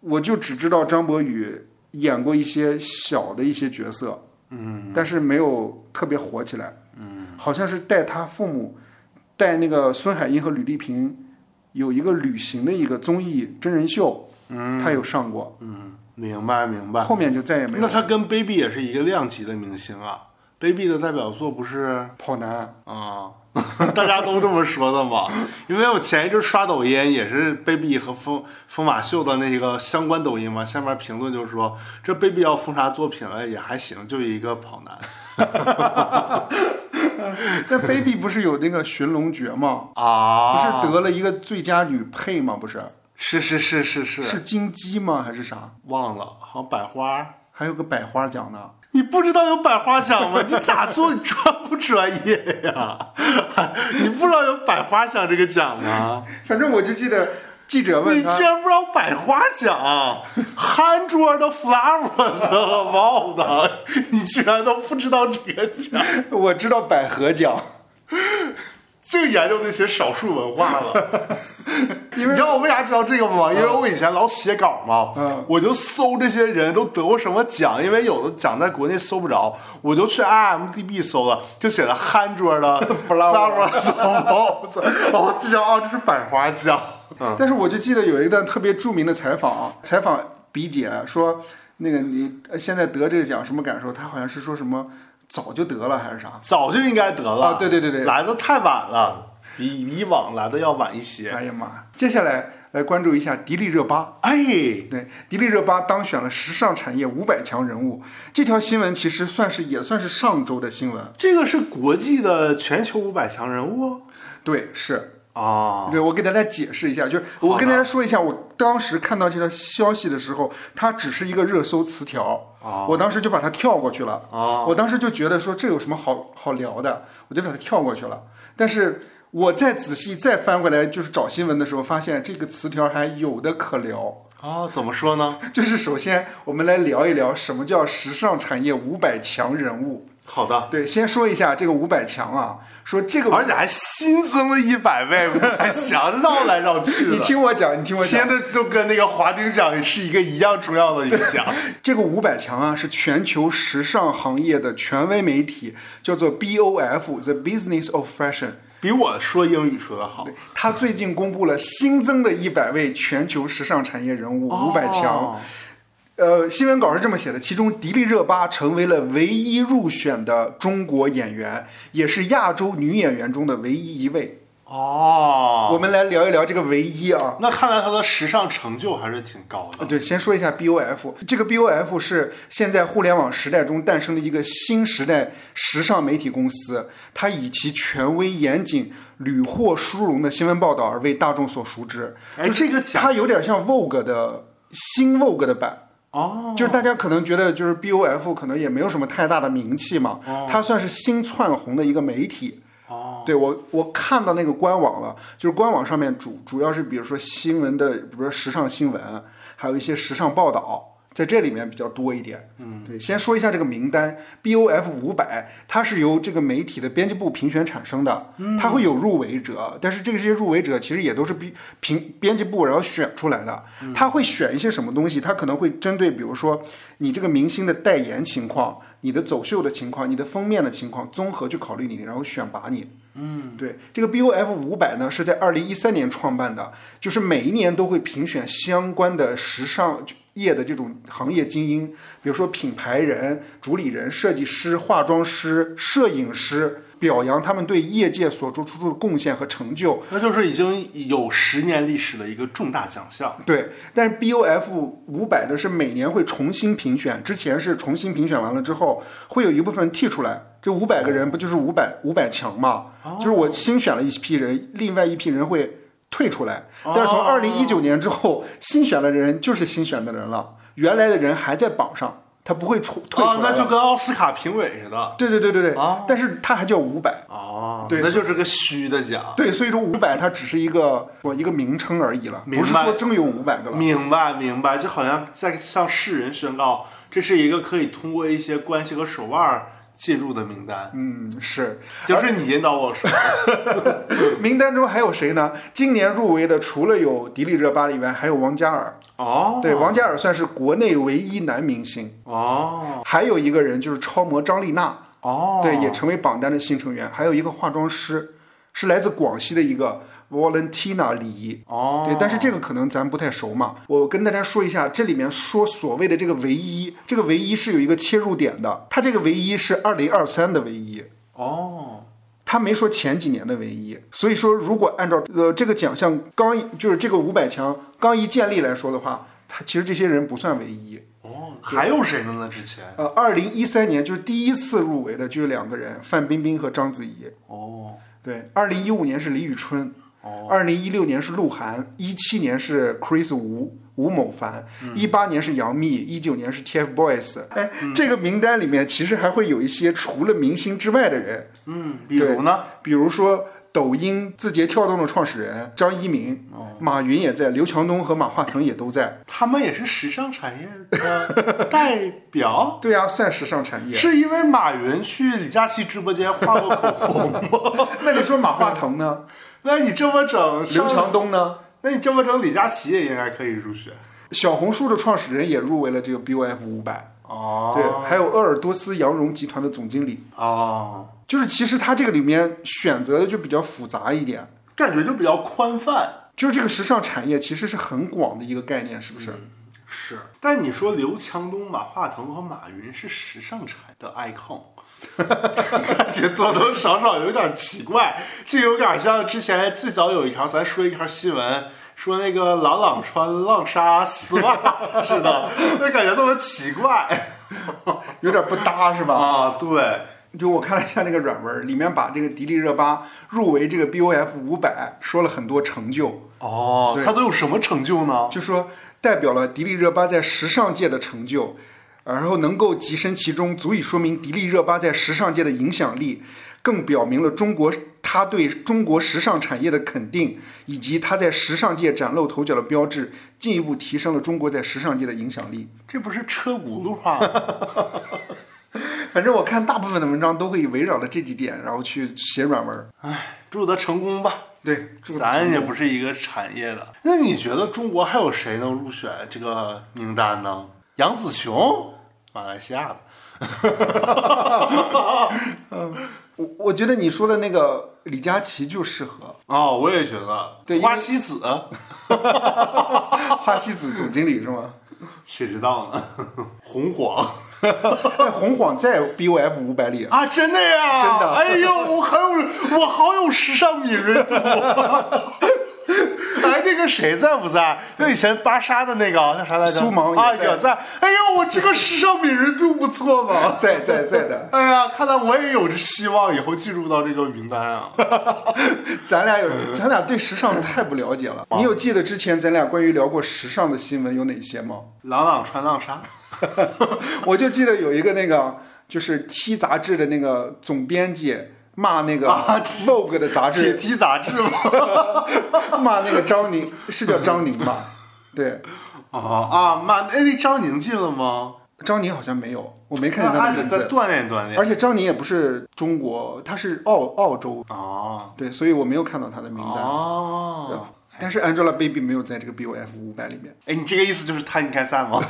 [SPEAKER 1] 我就只知道张博宇演过一些小的一些角色，
[SPEAKER 2] 嗯，
[SPEAKER 1] 但是没有特别火起来，嗯，好像是带他父母，带那个孙海英和吕丽萍有一个旅行的一个综艺真人秀，嗯，他有上过，
[SPEAKER 2] 嗯，明白明白。
[SPEAKER 1] 后面就再也没
[SPEAKER 2] 那
[SPEAKER 1] 有。
[SPEAKER 2] 他跟 Baby 也是一个量级的明星啊。Baby 的代表作不是
[SPEAKER 1] 跑男，
[SPEAKER 2] 啊， 大家都这么说的嘛。因为我前一阵刷抖音，也是 baby 和风风马秀的那个相关抖音嘛，下面评论就说这 baby 要封啥作品了也还行，就一个跑男
[SPEAKER 1] 但 baby 不是 有那个寻龙诀吗？不
[SPEAKER 2] 啊
[SPEAKER 1] 是得了一个最佳女配吗？不是，
[SPEAKER 2] 是是是是是
[SPEAKER 1] 是金鸡吗？还是啥？
[SPEAKER 2] 忘了，好像百花
[SPEAKER 1] 还有个百花奖呢。
[SPEAKER 2] 你不知道有百花奖吗？你咋做？你专不专业呀？ 你不知道有百花奖这个奖吗？
[SPEAKER 1] 反正我就记得记者
[SPEAKER 2] 你
[SPEAKER 1] 问
[SPEAKER 2] 居
[SPEAKER 1] 他，
[SPEAKER 2] 然不知道百花奖，hundred flowers about，你居然都不知道这个奖，
[SPEAKER 1] 我知道百合奖，
[SPEAKER 2] 净研究那些少数文化了。
[SPEAKER 1] 因为
[SPEAKER 2] 你知道我为啥知道这个吗？因为我以前老写稿嘛，
[SPEAKER 1] 嗯
[SPEAKER 2] 我就搜这些人都得过什么奖，因为有的奖在国内搜不着，我就去 IMDB 搜了，就写了 hundred
[SPEAKER 1] Flowers
[SPEAKER 2] flowers about，我就知道哦，这是百花奖。
[SPEAKER 1] 但是我就记得有一段特别著名的采访，采访比姐说，那个你呃现在得这个奖什么感受？她好像是说什么早就得了还是啥？
[SPEAKER 2] 早就应该得了。
[SPEAKER 1] 啊对对对对
[SPEAKER 2] 来的太晚了，比以往来的要晚一些。
[SPEAKER 1] 哎呀妈！接下来来关注一下迪丽热巴。
[SPEAKER 2] 哎，
[SPEAKER 1] 对，迪丽热巴当选了时尚产业五百强人物。这条新闻其实算是也算是上周的新闻。
[SPEAKER 2] 这个是国际的全球五百强人物
[SPEAKER 1] 对，是，
[SPEAKER 2] 啊。
[SPEAKER 1] 对我给大家解释一下，就是我跟大家说一下，我当时看到这条消息的时候，它只是一个热搜词条，
[SPEAKER 2] 哦
[SPEAKER 1] 我当时就把它跳过去了。
[SPEAKER 2] 哦
[SPEAKER 1] 我当时就觉得说这有什么好好聊的，我就把它跳过去了。但是我再仔细再翻过来，就是找新闻的时候，发现这个词条还有的可聊。
[SPEAKER 2] 哦，怎么说呢？
[SPEAKER 1] 就是首先，我们来聊一聊什么叫时尚产业五百强人物。
[SPEAKER 2] 好的，
[SPEAKER 1] 对，先说一下这个五百强啊，说这个，
[SPEAKER 2] 而且还新增了一百位五百强，绕来绕去
[SPEAKER 1] 你
[SPEAKER 2] 的。
[SPEAKER 1] 听我讲，你听我
[SPEAKER 2] 听
[SPEAKER 1] 讲，
[SPEAKER 2] 着就跟那个华鼎奖是一个一样重要的一个 奖。
[SPEAKER 1] 这个五百强啊是全球时尚行业的权威媒体，叫做 BOF，The Business of Fashion。
[SPEAKER 2] 比我说英语说的好，
[SPEAKER 1] 它最近公布了新增的一百位全球时尚产业人物五百强。
[SPEAKER 2] 哦
[SPEAKER 1] 呃，新闻稿是这么写的，其中迪丽热巴成为了唯一入选的中国演员，也是亚洲女演员中的唯一一位。我
[SPEAKER 2] 哦，
[SPEAKER 1] 们来聊一聊这个唯一啊。
[SPEAKER 2] 那看来他的时尚成就还是挺高的。
[SPEAKER 1] 对，先说一下 BOF，这个 BOF 是现在互联网时代中诞生的一个新时代时尚媒体公司，它以其权威、严谨、屡获殊荣的新闻报道而为大众所熟知。
[SPEAKER 2] 哎，这个奖
[SPEAKER 1] 它有点像 Vogue 的新 Vogue 的版，
[SPEAKER 2] 哦，
[SPEAKER 1] 就是大家可能觉得就是 BOF 可能也没有什么太大的名气嘛，它算是新窜红的一个媒体。
[SPEAKER 2] 哦，
[SPEAKER 1] 对我我看到那个官网了，就是官网上面主主要是比如说新闻的，比如说时尚新闻，还有一些时尚报道，在这里面比较多一点。嗯，对，先说一下这个名单，BOF 五百，它是由这个媒体的编辑部评选产生的，它会有入围者，但是这些入围者其实也都是编评编辑部然后选出来的，他会选一些什么东西，他可能会针对比如说你这个明星的代言情况、你的走秀的情况、你的封面的情况，综合去考虑你，然后选拔你。对，这个 BOF 五百呢是在二零一三年创办的，就是每一年都会评选相关的时尚业的这种行业精英，比如说品牌人、主理人、设计师、化妆师、摄影师，表扬他们对业界所做出的贡献和成就。
[SPEAKER 2] 那就是已经有十年历史的一个重大奖项。
[SPEAKER 1] 对，但是 BOF 五百呢是每年会重新评选，之前是重新评选完了之后，会有一部分剔出来，这五百个人不就是五百五百强嘛？
[SPEAKER 2] 哦
[SPEAKER 1] 就是我新选了一批人，另外一批人会退出来。
[SPEAKER 2] 哦
[SPEAKER 1] 但是从二零一九年之后，新选的人就是新选的人了，原来的人还在榜上，他不会出退出来了。
[SPEAKER 2] 哦，那就跟奥斯卡评委似的。
[SPEAKER 1] 对对对对对，
[SPEAKER 2] 哦
[SPEAKER 1] 但是他还叫五百。
[SPEAKER 2] 哦，
[SPEAKER 1] 对
[SPEAKER 2] 那就是个虚的奖。
[SPEAKER 1] 对，所以说五百它只是一个说一个名称而已了，不是
[SPEAKER 2] 明白
[SPEAKER 1] 说真有五百个了。
[SPEAKER 2] 明白，明白，就好像在向世人宣告，这是一个可以通过一些关系和手腕进入的名单。
[SPEAKER 1] 嗯，是。
[SPEAKER 2] 就是你引导我说，
[SPEAKER 1] 名单中还有谁呢？今年入围的除了有迪丽热巴以外，还有王嘉尔。
[SPEAKER 2] 哦，
[SPEAKER 1] 对，王嘉尔算是国内唯一男明星。
[SPEAKER 2] 哦，
[SPEAKER 1] 还有一个人就是超模张丽娜，
[SPEAKER 2] 哦，
[SPEAKER 1] 对，也成为榜单的新成员。还有一个化妆师，是来自广西的一个 Valentina 李。
[SPEAKER 2] 哦，
[SPEAKER 1] 对，但是这个可能咱不太熟嘛。我跟大家说一下，这里面说所谓的这个唯一，这个唯一是有一个切入点的，它这个唯一是二零二三的唯一。
[SPEAKER 2] 哦，
[SPEAKER 1] 他没说前几年的唯一，所以说如果按照呃这个奖项刚一就是这个五百强刚一建立来说的话，他其实这些人不算唯一。
[SPEAKER 2] 哦，还有谁呢？那之前，
[SPEAKER 1] 呃，二零一三年就是第一次入围的就是两个人，范冰冰和章子怡。
[SPEAKER 2] 哦，
[SPEAKER 1] 对，二零一五年是李宇春，二零一六年是鹿晗，一七年是 Chris 吴吴某凡，一八年是杨幂，一九年是 TFBOYS。哎，这个名单里面其实还会有一些除了明星之外的人，
[SPEAKER 2] 嗯，比如呢？
[SPEAKER 1] 比如说抖音、字节跳动的创始人张一鸣，
[SPEAKER 2] 哦
[SPEAKER 1] 马云也在，刘强东和马化腾也都在。
[SPEAKER 2] 他们也是时尚产业 的代表，
[SPEAKER 1] 对啊，算时尚产业。
[SPEAKER 2] 是因为马云去李佳琦直播间画过口 红吗？
[SPEAKER 1] 那你说马化腾 呢？
[SPEAKER 2] 那你这么整，
[SPEAKER 1] 刘
[SPEAKER 2] 上
[SPEAKER 1] 强东呢？
[SPEAKER 2] 那你这么整，李佳琦也应该可以入选
[SPEAKER 1] 小红书的创始人也入围了这个 BOF 五百，
[SPEAKER 2] 哦
[SPEAKER 1] 对，还有鄂尔多斯羊绒集团的总经理，
[SPEAKER 2] 哦，
[SPEAKER 1] 就是其实它这个里面选择的就比较复杂一点，
[SPEAKER 2] 感觉就比较宽泛。
[SPEAKER 1] 就是这个时尚产业其实是很广的一个概念，是不是？
[SPEAKER 2] 嗯是，但你说刘强东、马化腾和马云是时尚产业的 icon，感觉多多少少有点奇怪，就有点像之前最早有一条咱说一条新闻。说那个朗朗穿浪莎丝袜 似的，那感觉特别奇怪
[SPEAKER 1] 有点不搭是吧？
[SPEAKER 2] 啊！对，
[SPEAKER 1] 就我看了一下那个软文，里面把这个迪丽热巴入围这个 BOF 五百说了很多成就，
[SPEAKER 2] 哦，
[SPEAKER 1] 对
[SPEAKER 2] 他都有什么成就呢？
[SPEAKER 1] 就说代表了迪丽热巴在时尚界的成就，然后能够跻身其中，足以说明迪丽热巴在时尚界的影响力，更表明了中国她对中国时尚产业的肯定，以及她在时尚界崭露头角的标志，进一步提升了中国在时尚界的影响力。
[SPEAKER 2] 这不是车轱辘话吗？
[SPEAKER 1] 反正我看大部分的文章都会围绕着这几点，然后去写软文。
[SPEAKER 2] 祝他成功吧。
[SPEAKER 1] 对，
[SPEAKER 2] 咱也不是一个产业的。那你觉得中国还有谁能入选这个名单呢？杨紫琼，马来西亚的。
[SPEAKER 1] 我我觉得你说的那个李佳琦就适合
[SPEAKER 2] 哦，我也觉得。
[SPEAKER 1] 对因为
[SPEAKER 2] 花西子，
[SPEAKER 1] 花西子总经理是吗？
[SPEAKER 2] 谁知道呢？ 红 黄
[SPEAKER 1] 但红晃在 BOF 五百里，
[SPEAKER 2] 啊，真的呀，
[SPEAKER 1] 真的
[SPEAKER 2] 哎呦，我好有，我好有时尚敏锐度。啊 哎，那个谁在不在？就以前芭莎的那个叫啥来着？
[SPEAKER 1] 苏芒也
[SPEAKER 2] 啊，
[SPEAKER 1] 在
[SPEAKER 2] 也在。哎呦，我这个时尚敏锐度不错嘛。
[SPEAKER 1] 在在在的，
[SPEAKER 2] 哎呀，看来我也有着希望以后进入到这个名单啊！
[SPEAKER 1] 咱俩有，咱俩对时尚太不了解了。你有记得之前咱俩关于聊过时尚的新闻有哪些吗？
[SPEAKER 2] 朗朗穿浪莎，
[SPEAKER 1] 我就记得有一个那个就是《T》杂志的那个总编辑骂那个
[SPEAKER 2] 啊
[SPEAKER 1] Vogue 的杂
[SPEAKER 2] 铁
[SPEAKER 1] 志，
[SPEAKER 2] 梯杂志 吗？
[SPEAKER 1] 骂那个张宁，是叫张宁吧？对，
[SPEAKER 2] 啊啊，妈，哎，那张宁进了吗？
[SPEAKER 1] 张宁好像没有，我没看见
[SPEAKER 2] 那
[SPEAKER 1] 他
[SPEAKER 2] 还
[SPEAKER 1] 的
[SPEAKER 2] 得
[SPEAKER 1] 名
[SPEAKER 2] 再
[SPEAKER 1] 字。
[SPEAKER 2] 锻炼锻炼
[SPEAKER 1] 而且张宁也不是中国，他是澳澳洲
[SPEAKER 2] 啊
[SPEAKER 1] 对，所以我没有看到他的名单。
[SPEAKER 2] 哦
[SPEAKER 1] 对
[SPEAKER 2] 啊！
[SPEAKER 1] 但是 Angelababy 没有在这个 BOF 五百里面，
[SPEAKER 2] 哎，你这个意思就是他应该在 吗？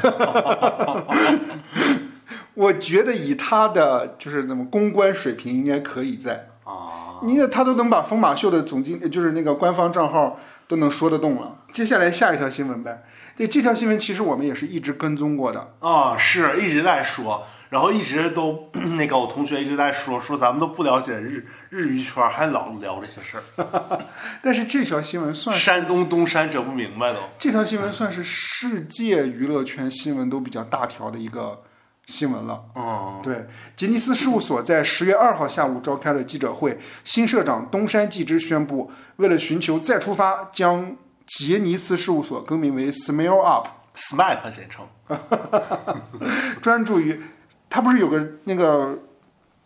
[SPEAKER 1] 我觉得以她的就是怎么公关水平，应该可以在。
[SPEAKER 2] 啊，
[SPEAKER 1] 你看她都能把疯马秀的总经，呃就是那个官方账号都能说得动了。接下来下一条新闻呗。对，这条新闻其实我们也是一直跟踪过的。
[SPEAKER 2] 啊，是一直在说，然后一直都 那个我同学一直在说，说咱们都不了解日日语圈，还老聊这些事儿。
[SPEAKER 1] 但是这条新闻算是
[SPEAKER 2] 山东东山整不明白都。
[SPEAKER 1] 这条新闻算是世界娱乐圈新闻都比较大条的一个新闻了。
[SPEAKER 2] 嗯，
[SPEAKER 1] 对，杰尼斯事务所在十月二号下午召开了记者会，新社长东山纪之宣布，为了寻求再出发，将杰尼斯事务所更名为 Smile Up，
[SPEAKER 2] SMAP 简称。
[SPEAKER 1] 专注于，他不是有个那个。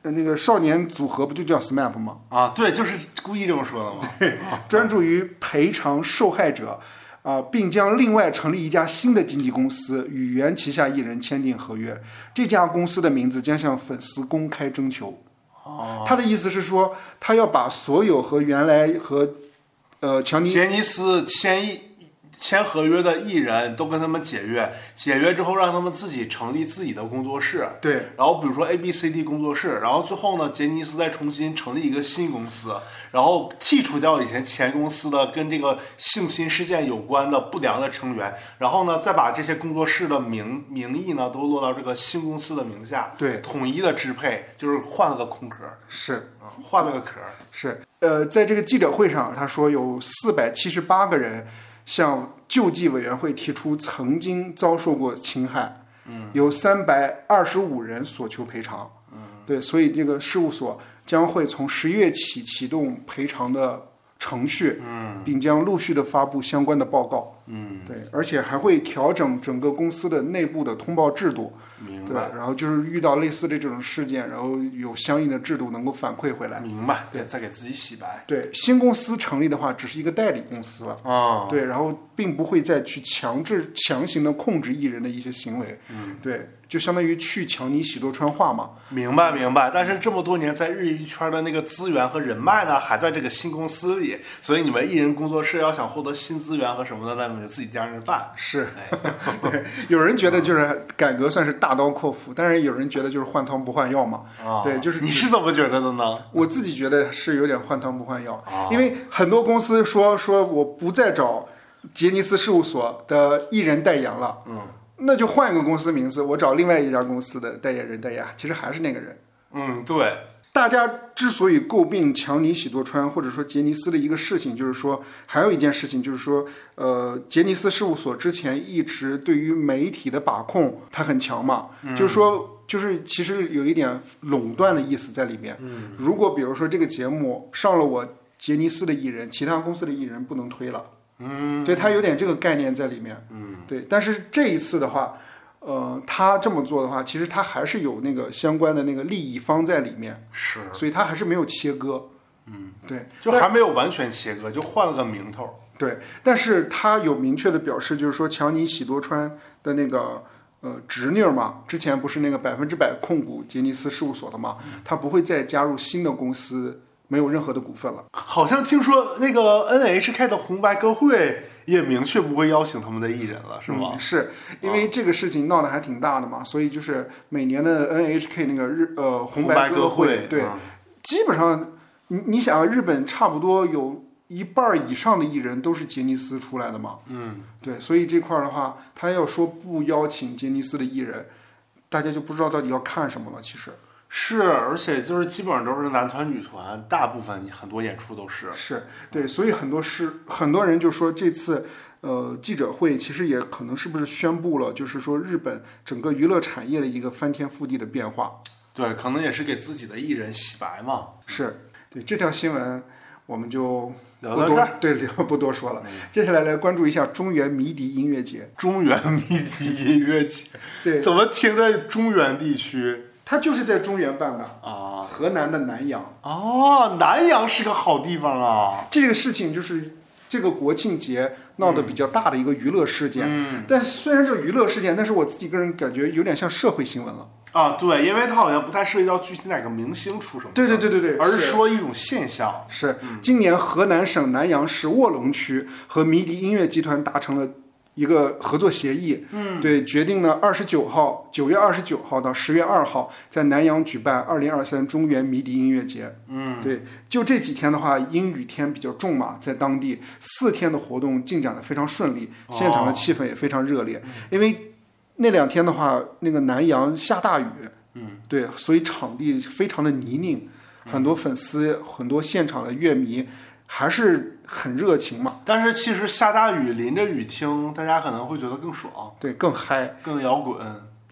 [SPEAKER 1] 呃那个少年组合不就叫 SMAP 吗？
[SPEAKER 2] 啊，对，就是故意这么说的 嘛。
[SPEAKER 1] 专注于赔偿受害者，啊、并将另外成立一家新的经纪公司，与原旗下艺人签订合约。这家公司的名字将向粉丝公开征求。
[SPEAKER 2] 哦，
[SPEAKER 1] 他的意思是说，他要把所有和原来和呃强尼
[SPEAKER 2] 杰尼斯签一签合约的艺人都跟他们解约，解约之后让他们自己成立自己的工作室。
[SPEAKER 1] 对
[SPEAKER 2] 然后比如说 A B C D 工作室，然后最后呢，杰尼斯再重新成立一个新公司，然后剔除掉以前前公司的跟这个性侵事件有关的不良的成员，然后呢，再把这些工作室的名名义呢都落到这个新公司的名下，
[SPEAKER 1] 对
[SPEAKER 2] 统一的支配，就是换了个空壳儿，
[SPEAKER 1] 是
[SPEAKER 2] 啊换了个壳儿。
[SPEAKER 1] 是呃，在这个记者会上，他说有四百七十八个人向救济委员会提出曾经遭受过侵害，嗯，有三百二十五人索求赔偿，嗯，对，所以这个事务所将会从十月起启动赔偿的程序，嗯，并将陆续的发布相关的报告，嗯，对，而且还会调整整个公司的内部的通报制度，
[SPEAKER 2] 明
[SPEAKER 1] 对吧？然后就是遇到类似的这种事件，然后有相应的制度能够反馈回来。
[SPEAKER 2] 明白，对，再给自己洗白
[SPEAKER 1] 对，新公司成立的话，只是一个代理公司了。
[SPEAKER 2] 啊，
[SPEAKER 1] 对，然后并不会再去强制、强行的控制艺人的一些行为。嗯，对，就相当于去强你洗多川话嘛。
[SPEAKER 2] 明白明白。但是这么多年在日语圈的那个资源和人脉呢，还在这个新公司里，所以你们艺人工作室要想获得新资源和什么的，那你们自己家人办。
[SPEAKER 1] 是，
[SPEAKER 2] 哎，
[SPEAKER 1] 对，有人觉得就是改革算是大刀阔斧，但是有人觉得就是换汤不换药嘛。
[SPEAKER 2] 啊，
[SPEAKER 1] 对就是
[SPEAKER 2] 你是怎么觉得的呢？
[SPEAKER 1] 我自己觉得是有点换汤不换药，
[SPEAKER 2] 啊
[SPEAKER 1] 因为很多公司说说我不再找杰尼斯事务所的艺人代言了，
[SPEAKER 2] 嗯，
[SPEAKER 1] 那就换一个公司名字，我找另外一家公司的代言人代言，其实还是那个人。
[SPEAKER 2] 嗯，对，
[SPEAKER 1] 大家之所以诟病强尼喜多川或者说杰尼斯的一个事情，就是说还有一件事情，就是说，呃，杰尼斯事务所之前一直对于媒体的把控，它很强嘛，就是说。就是其实有一点垄断的意思在里面。如果比如说这个节目上了我杰尼斯的艺人，其他公司的艺人不能推了。嗯，对，它有点这个概念在里面。嗯，对。但是这一次的话，呃，他这么做的话，其实他还是有那个相关的那个利益方在里面。
[SPEAKER 2] 是，
[SPEAKER 1] 所以他还是没有切割。嗯，对
[SPEAKER 2] 就还没有完全切割，就换了个名头。
[SPEAKER 1] 对，但是他有明确的表示，就是说强尼喜多川的那个呃侄女儿嘛，之前不是那个百分之百控股杰尼斯事务所的嘛，
[SPEAKER 2] 嗯
[SPEAKER 1] 他不会再加入新的公司，没有任何的股份了。
[SPEAKER 2] 好像听说那个 NHK 的红白歌会也明确不会邀请他们的艺人了，是吗哦
[SPEAKER 1] 嗯？是因为这个事情闹得还挺大的嘛，所以就是每年的 NHK 那个日呃红
[SPEAKER 2] 白
[SPEAKER 1] 歌
[SPEAKER 2] 会，
[SPEAKER 1] 对，
[SPEAKER 2] 嗯
[SPEAKER 1] 基本上你你想啊，日本差不多有一半儿以上的艺人都是杰尼斯出来的嘛。
[SPEAKER 2] 嗯，
[SPEAKER 1] 对，所以这块儿的话，他要说不邀请杰尼斯的艺人，大家就不知道到底要看什么了。其实
[SPEAKER 2] 是，而且就是基本上都是男团、女团，大部分很多演出都是。啊
[SPEAKER 1] 是对，所以很多是很多人就说这次呃记者会其实也可能是不是宣布了，就是说日本整个娱乐产业的一个翻天覆地的变化。
[SPEAKER 2] 对，可能也是给自己的艺人洗白嘛。
[SPEAKER 1] 是对这条新闻，我们就
[SPEAKER 2] 聊
[SPEAKER 1] 不
[SPEAKER 2] 到
[SPEAKER 1] 多
[SPEAKER 2] 这儿，嗯
[SPEAKER 1] 对聊不多说了。接下来来关注一下中原迷笛音乐节，
[SPEAKER 2] 中原迷笛音乐节，
[SPEAKER 1] 对，
[SPEAKER 2] 怎么听着中原地区
[SPEAKER 1] 它就是在中原办的，
[SPEAKER 2] 啊？
[SPEAKER 1] 河南的南阳。
[SPEAKER 2] 哦，南阳是个好地方啊。
[SPEAKER 1] 这个事情就是这个国庆节闹得比较大的一个娱乐事件。
[SPEAKER 2] 嗯
[SPEAKER 1] 但虽然叫娱乐事件，但是我自己个人感觉有点像社会新闻了。
[SPEAKER 2] 啊，对，因为它好像不太涉及到具体哪个明星出什么，
[SPEAKER 1] 对对，对对对，
[SPEAKER 2] 而是
[SPEAKER 1] 是
[SPEAKER 2] 说一种现象。
[SPEAKER 1] 是今年河南省南阳市卧龙区和迷笛音乐集团达成了。一个合作协议，嗯，对，决定呢，二十九号，九月二十九号到十月二号，在南阳举办二零二三中原迷笛音乐节，嗯，对，就这几天的话，阴雨天比较重嘛，在当地四天的活动进展的非常顺利，
[SPEAKER 2] 哦
[SPEAKER 1] 现场的气氛也非常热烈，因为那两天的话，那个南阳下大雨，
[SPEAKER 2] 嗯，
[SPEAKER 1] 对，所以场地非常的泥泞，很多粉丝、很多现场的乐迷还是很热情嘛，
[SPEAKER 2] 但是其实下大雨，淋着雨听，大家可能会觉得更爽，
[SPEAKER 1] 对，更嗨，
[SPEAKER 2] 更摇滚，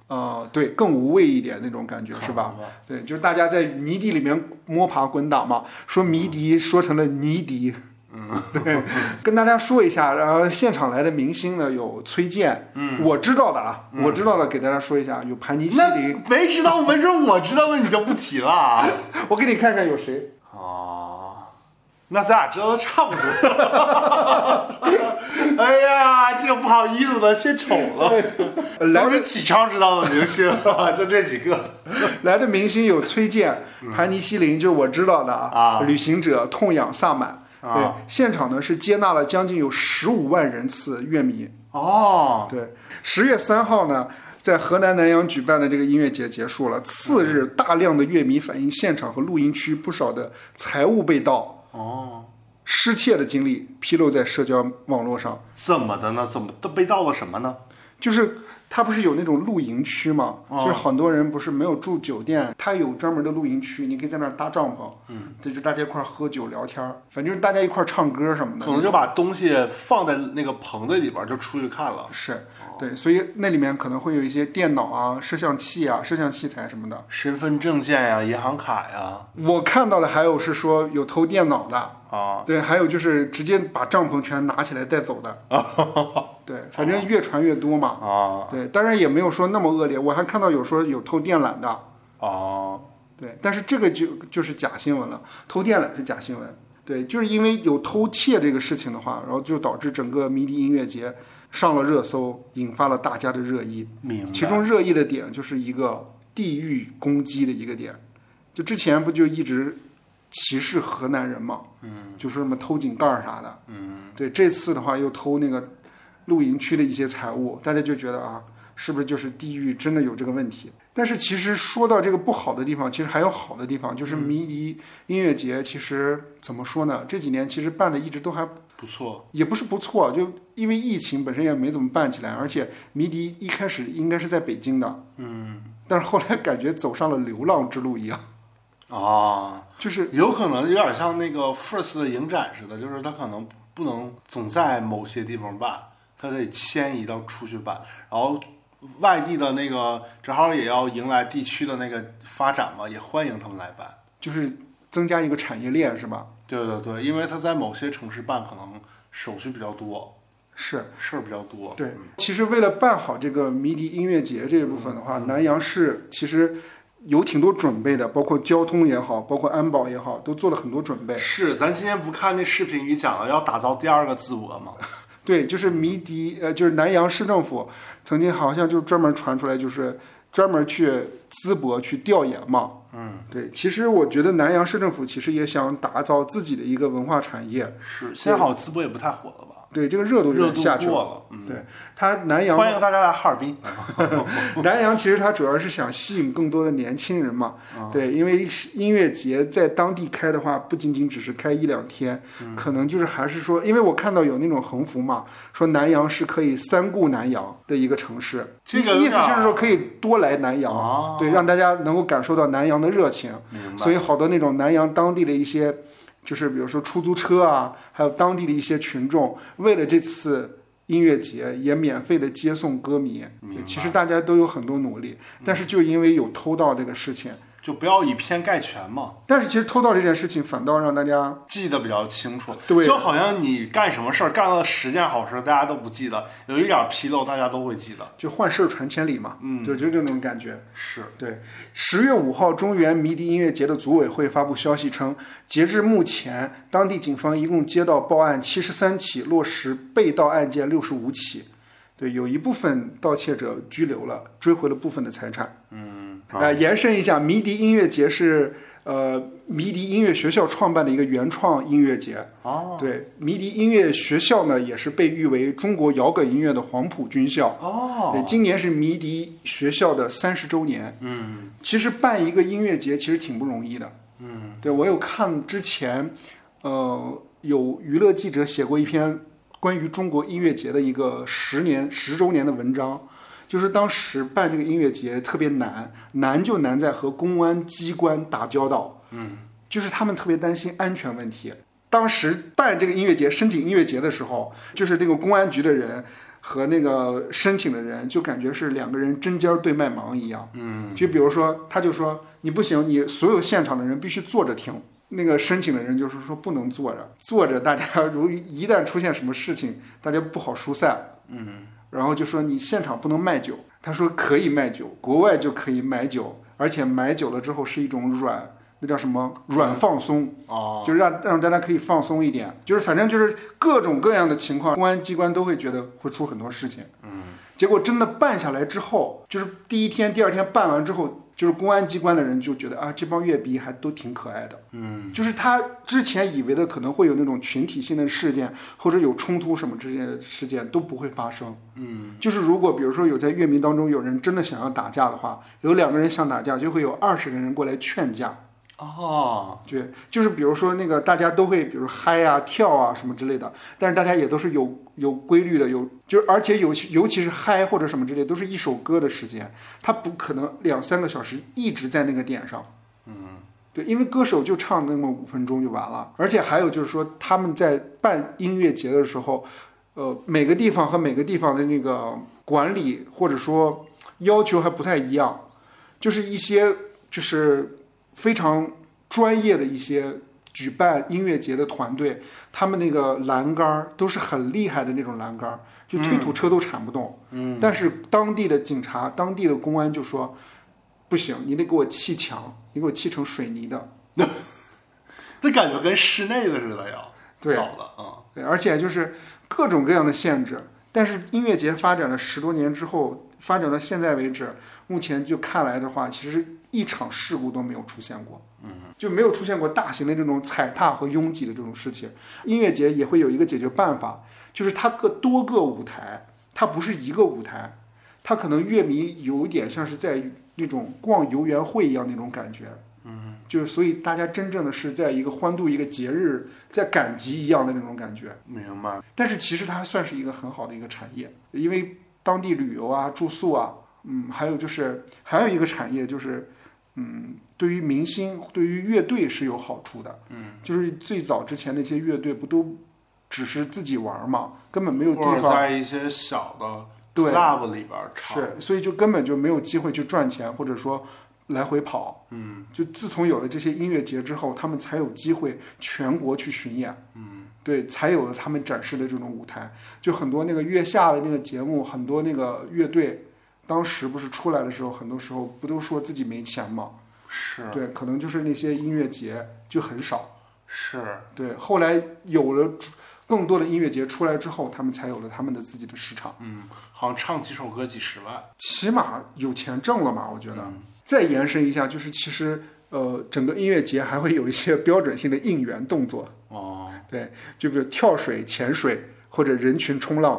[SPEAKER 1] 呃，对，更无畏一点那种感觉是吧？？对，就是大家在泥地里面摸爬滚打嘛，说迷笛说成了泥笛。嗯，对，跟大家说一下，然后现场来的明星呢有崔健，嗯，我知道的啊，我知道的，给大家说一下，有盘尼西
[SPEAKER 2] 那
[SPEAKER 1] 林，
[SPEAKER 2] 没知道，没准我知道的你就不提了啊。
[SPEAKER 1] 我给你看看有谁，
[SPEAKER 2] 哦，那咱俩知道的差不多。 哎呀，这个不好意思的，先丑了。
[SPEAKER 1] 呃来
[SPEAKER 2] 都是启昌知道的明星，啊就这几个。
[SPEAKER 1] 来的明星有崔健、盘尼西林，就是我知道的
[SPEAKER 2] 啊
[SPEAKER 1] 旅行者、痛仰、萨满。
[SPEAKER 2] 啊
[SPEAKER 1] 对，现场呢是接纳了将近有十五万人次乐迷。
[SPEAKER 2] 哦，
[SPEAKER 1] 对，十月三号呢，在河南南阳举办的这个音乐节结束了。次日，大量的乐迷反映现场和录音区不少的财物被盗、
[SPEAKER 2] 哦，
[SPEAKER 1] 失窃的经历披露在社交网络上。
[SPEAKER 2] 怎么的呢？怎么都被盗了什么呢？
[SPEAKER 1] 就是它不是有那种露营区吗？就是很多人不是没有住酒店，它有专门的露营区，你可以在那儿搭帐篷，嗯，这就大家一块儿喝酒聊天儿，反正就是大家一块儿唱歌什么的。
[SPEAKER 2] 可能就把东西放在那个棚子里边儿就出去看了。
[SPEAKER 1] 是对，所以那里面可能会有一些电脑啊、摄像器啊、摄像器材什么的。
[SPEAKER 2] 身份证件呀、银行卡呀，
[SPEAKER 1] 我看到的还有是说有偷电脑的，
[SPEAKER 2] 啊，
[SPEAKER 1] 对，还有就是直接把帐篷全拿起来带走的，对，反正越传越多嘛。
[SPEAKER 2] 啊
[SPEAKER 1] 对，当然也没有说那么恶劣，我还看到有说有偷电缆的，
[SPEAKER 2] 啊，
[SPEAKER 1] 对，但是这个就就是假新闻了，偷电缆是假新闻，对，就是因为有偷窃这个事情的话，然后就导致整个迷笛音乐节上了热搜，引发了大家的热议。
[SPEAKER 2] 明白。
[SPEAKER 1] 其中热议的点就是一个地域攻击的一个点，就之前不就一直歧视河南人嘛，嗯，就说什么偷井盖儿啥的，嗯，对，这次的话又偷那个露营区的一些财物，大家就觉得啊，是不是就是地域真的有这个问题？但是其实说到这个不好的地方，其实还有好的地方，就是迷笛音乐节，其实怎么说呢？这几年其实办的一直都还
[SPEAKER 2] 不错，
[SPEAKER 1] 也不是不错，啊就因为疫情本身也没怎么办起来，而且迷笛一开始应该是在北京的，嗯，但是后来感觉走上了流浪之路一样，
[SPEAKER 2] 啊，
[SPEAKER 1] 就是
[SPEAKER 2] 有可能有点像那个 First 的影展似的，就是它可能不能总在某些地方办，它得迁移到出去办，然后外地的那个正好也要迎来地区的那个发展嘛，也欢迎他们来办。
[SPEAKER 1] 就是增加一个产业链是吧？
[SPEAKER 2] 对对对，因为它在某些城市办可能手续比较多，
[SPEAKER 1] 是
[SPEAKER 2] 事儿比较多。嗯
[SPEAKER 1] 对。其实为了办好这个迷笛音乐节这一部分的话，南阳市其实有挺多准备的，包括交通也好，包括安保也好，都做了很多准备。
[SPEAKER 2] 是，咱今天不看那视频里讲了要打造第二个淄博吗？
[SPEAKER 1] 对，就是迷笛，呃，就是南阳市政府曾经好像就专门传出来，就是专门去淄博去调研嘛。嗯，对，其实我觉得南阳市政府其实也想打造自己的一个文化产业，
[SPEAKER 2] 是，现在好像淄博也不太火了吧？
[SPEAKER 1] 对这个热度有
[SPEAKER 2] 热
[SPEAKER 1] 点
[SPEAKER 2] 度
[SPEAKER 1] 下去
[SPEAKER 2] 过
[SPEAKER 1] 了。
[SPEAKER 2] 了，嗯，
[SPEAKER 1] 对，它南阳
[SPEAKER 2] 欢迎大家来哈尔滨。
[SPEAKER 1] 南阳其实它主要是想吸引更多的年轻人嘛，
[SPEAKER 2] 啊
[SPEAKER 1] 对，因为是音乐节在当地开的话，不仅仅只是开一两天，
[SPEAKER 2] 嗯
[SPEAKER 1] 可能就是还是说，因为我看到有那种横幅嘛，说南阳是可以三顾南阳的一个城市，
[SPEAKER 2] 这个啊
[SPEAKER 1] 意思
[SPEAKER 2] 有点
[SPEAKER 1] 就是说可以多来南阳，
[SPEAKER 2] 啊
[SPEAKER 1] 对，让大家能够感受到南阳的热情，
[SPEAKER 2] 明白。
[SPEAKER 1] 所以好多那种南阳当地的一些，就是比如说出租车啊，还有当地的一些群众，为了这次音乐节也免费的接送歌迷
[SPEAKER 2] 明白。嗯
[SPEAKER 1] 其实大家都有很多努力，但是就因为有偷盗这个事情，
[SPEAKER 2] 就不要以偏概全嘛，
[SPEAKER 1] 但是其实偷盗这件事情反倒让大家
[SPEAKER 2] 记得比较清楚。
[SPEAKER 1] 对
[SPEAKER 2] 就好像你干什么事儿，干了十件好事，大家都不记得，有一点纰漏，大家都会记得。
[SPEAKER 1] 就坏事儿传千里嘛，
[SPEAKER 2] 嗯
[SPEAKER 1] 就就这种感觉。
[SPEAKER 2] 是，
[SPEAKER 1] 对，十月五号，中原迷笛音乐节的组委会发布消息称，截至目前，当地警方一共接到报案七十三起，落实被盗案件六十五起。对，有一部分盗窃者拘留了，追回了部分的财产。
[SPEAKER 2] 嗯，
[SPEAKER 1] 呃，延伸一下，迷笛音乐节是呃迷笛音乐学校创办的一个原创音乐节。
[SPEAKER 2] 哦
[SPEAKER 1] 对，迷笛音乐学校呢，也是被誉为中国摇滚音乐的黄埔军校。
[SPEAKER 2] 哦，
[SPEAKER 1] 对，今年是迷笛学校的三十周年。
[SPEAKER 2] 嗯，
[SPEAKER 1] 其实办一个音乐节其实挺不容易的。嗯，对我有看之前，呃，有娱乐记者写过一篇关于中国音乐节的一个十年十周年的文章，就是当时办这个音乐节特别难，难就难在和公安机关打交道。嗯，就是他们特别担心安全问题。当时办这个音乐节、申请音乐节的时候，就是那个公安局的人和那个申请的人，就感觉是两个人针尖对麦芒一样。嗯，就比如说，他就说你不行，你所有现场的人必须坐着听。那个申请的人就是说不能坐着，坐着大家如一旦出现什么事情，大家不好疏散。嗯，然后就说你现场不能卖酒，他说可以卖酒，国外就可以买酒，而且买酒了之后是一种软，那叫什么软放松。
[SPEAKER 2] 哦，
[SPEAKER 1] 就是让让大家可以放松一点，就是反正就是各种各样的情况，公安机关都会觉得会出很多事情。嗯，结果真的办下来之后，就是第一天、第二天办完之后，就是公安机关的人就觉得啊，这帮乐迷还都挺可爱的。嗯，就是他之前以为的可能会有那种群体性的事件或者有冲突什么之类的事件都不会发生。嗯，就是如果比如说有在乐迷当中有人真的想要打架的话，有两个人想打架，就会有二十个人过来劝架。
[SPEAKER 2] 哦，
[SPEAKER 1] 就就是比如说那个大家都会，比如嗨啊、跳啊什么之类的，但是大家也都是有有规律的，有就是而且尤其尤其是嗨或者什么之类，都是一首歌的时间，他不可能两三个小时一直在那个点上。对，因为歌手就唱那么五分钟就完了，而且还有就是说他们在办音乐节的时候，呃，每个地方和每个地方的那个管理或者说要求还不太一样，就是一些就是非常专业的一些举办音乐节的团队，他们那个栏杆儿都是很厉害的那种栏杆儿，就推土车都铲不动。嗯，但是当地的警察、当地的公安就说。不行，你得给我砌墙，你给我砌成水泥的。
[SPEAKER 2] 那感觉跟室内的似的呀，
[SPEAKER 1] 对
[SPEAKER 2] 搞的啊，
[SPEAKER 1] 对，而且就是各种各样的限制。但是音乐节发展了十多年之后，发展到现在为止，目前就看来的话，其实一场事故都没有出现过，嗯，就没有出现过大型的这种踩踏和拥挤的这种事情。音乐节也会有一个解决办法，就是它各多个舞台，它不是一个舞台，它可能乐迷有一点像是在那种逛游园会一样那种感觉。嗯，就是所以大家真正的是在一个欢度一个节日，在赶集一样的那种感觉。
[SPEAKER 2] 明白。
[SPEAKER 1] 但是其实它还算是一个很好的一个产业，因为当地旅游啊、住宿啊，嗯，还有就是还有一个产业就是，嗯，对于明星、对于乐队是有好处的。嗯，就是最早之前那些乐队不都只是自己玩儿嘛，根本没有地
[SPEAKER 2] 或者
[SPEAKER 1] 方。
[SPEAKER 2] 在一些小的
[SPEAKER 1] 对
[SPEAKER 2] club 里边唱，
[SPEAKER 1] 是，所以就根本就没有机会去赚钱，或者说来回跑。嗯，就自从有了这些音乐节之后，他们才有机会全国去巡演。嗯，对，才有了他们展示的这种舞台。就很多那个月下的那个节目，很多那个乐队，当时不是出来的时候，很多时候不都说自己没钱吗？
[SPEAKER 2] 是啊
[SPEAKER 1] 对，可能就是那些音乐节就很少。
[SPEAKER 2] 是，
[SPEAKER 1] 对，后来有了主更多的音乐节出来之后，他们才有了他们的自己的市场。
[SPEAKER 2] 嗯，好像唱几首歌几十万，
[SPEAKER 1] 起码有钱挣了嘛，我觉得。
[SPEAKER 2] 嗯
[SPEAKER 1] 再延伸一下，就是其实呃，整个音乐节还会有一些标准性的应援动作，
[SPEAKER 2] 哦
[SPEAKER 1] 对，就比如跳水、潜水或者人群冲浪，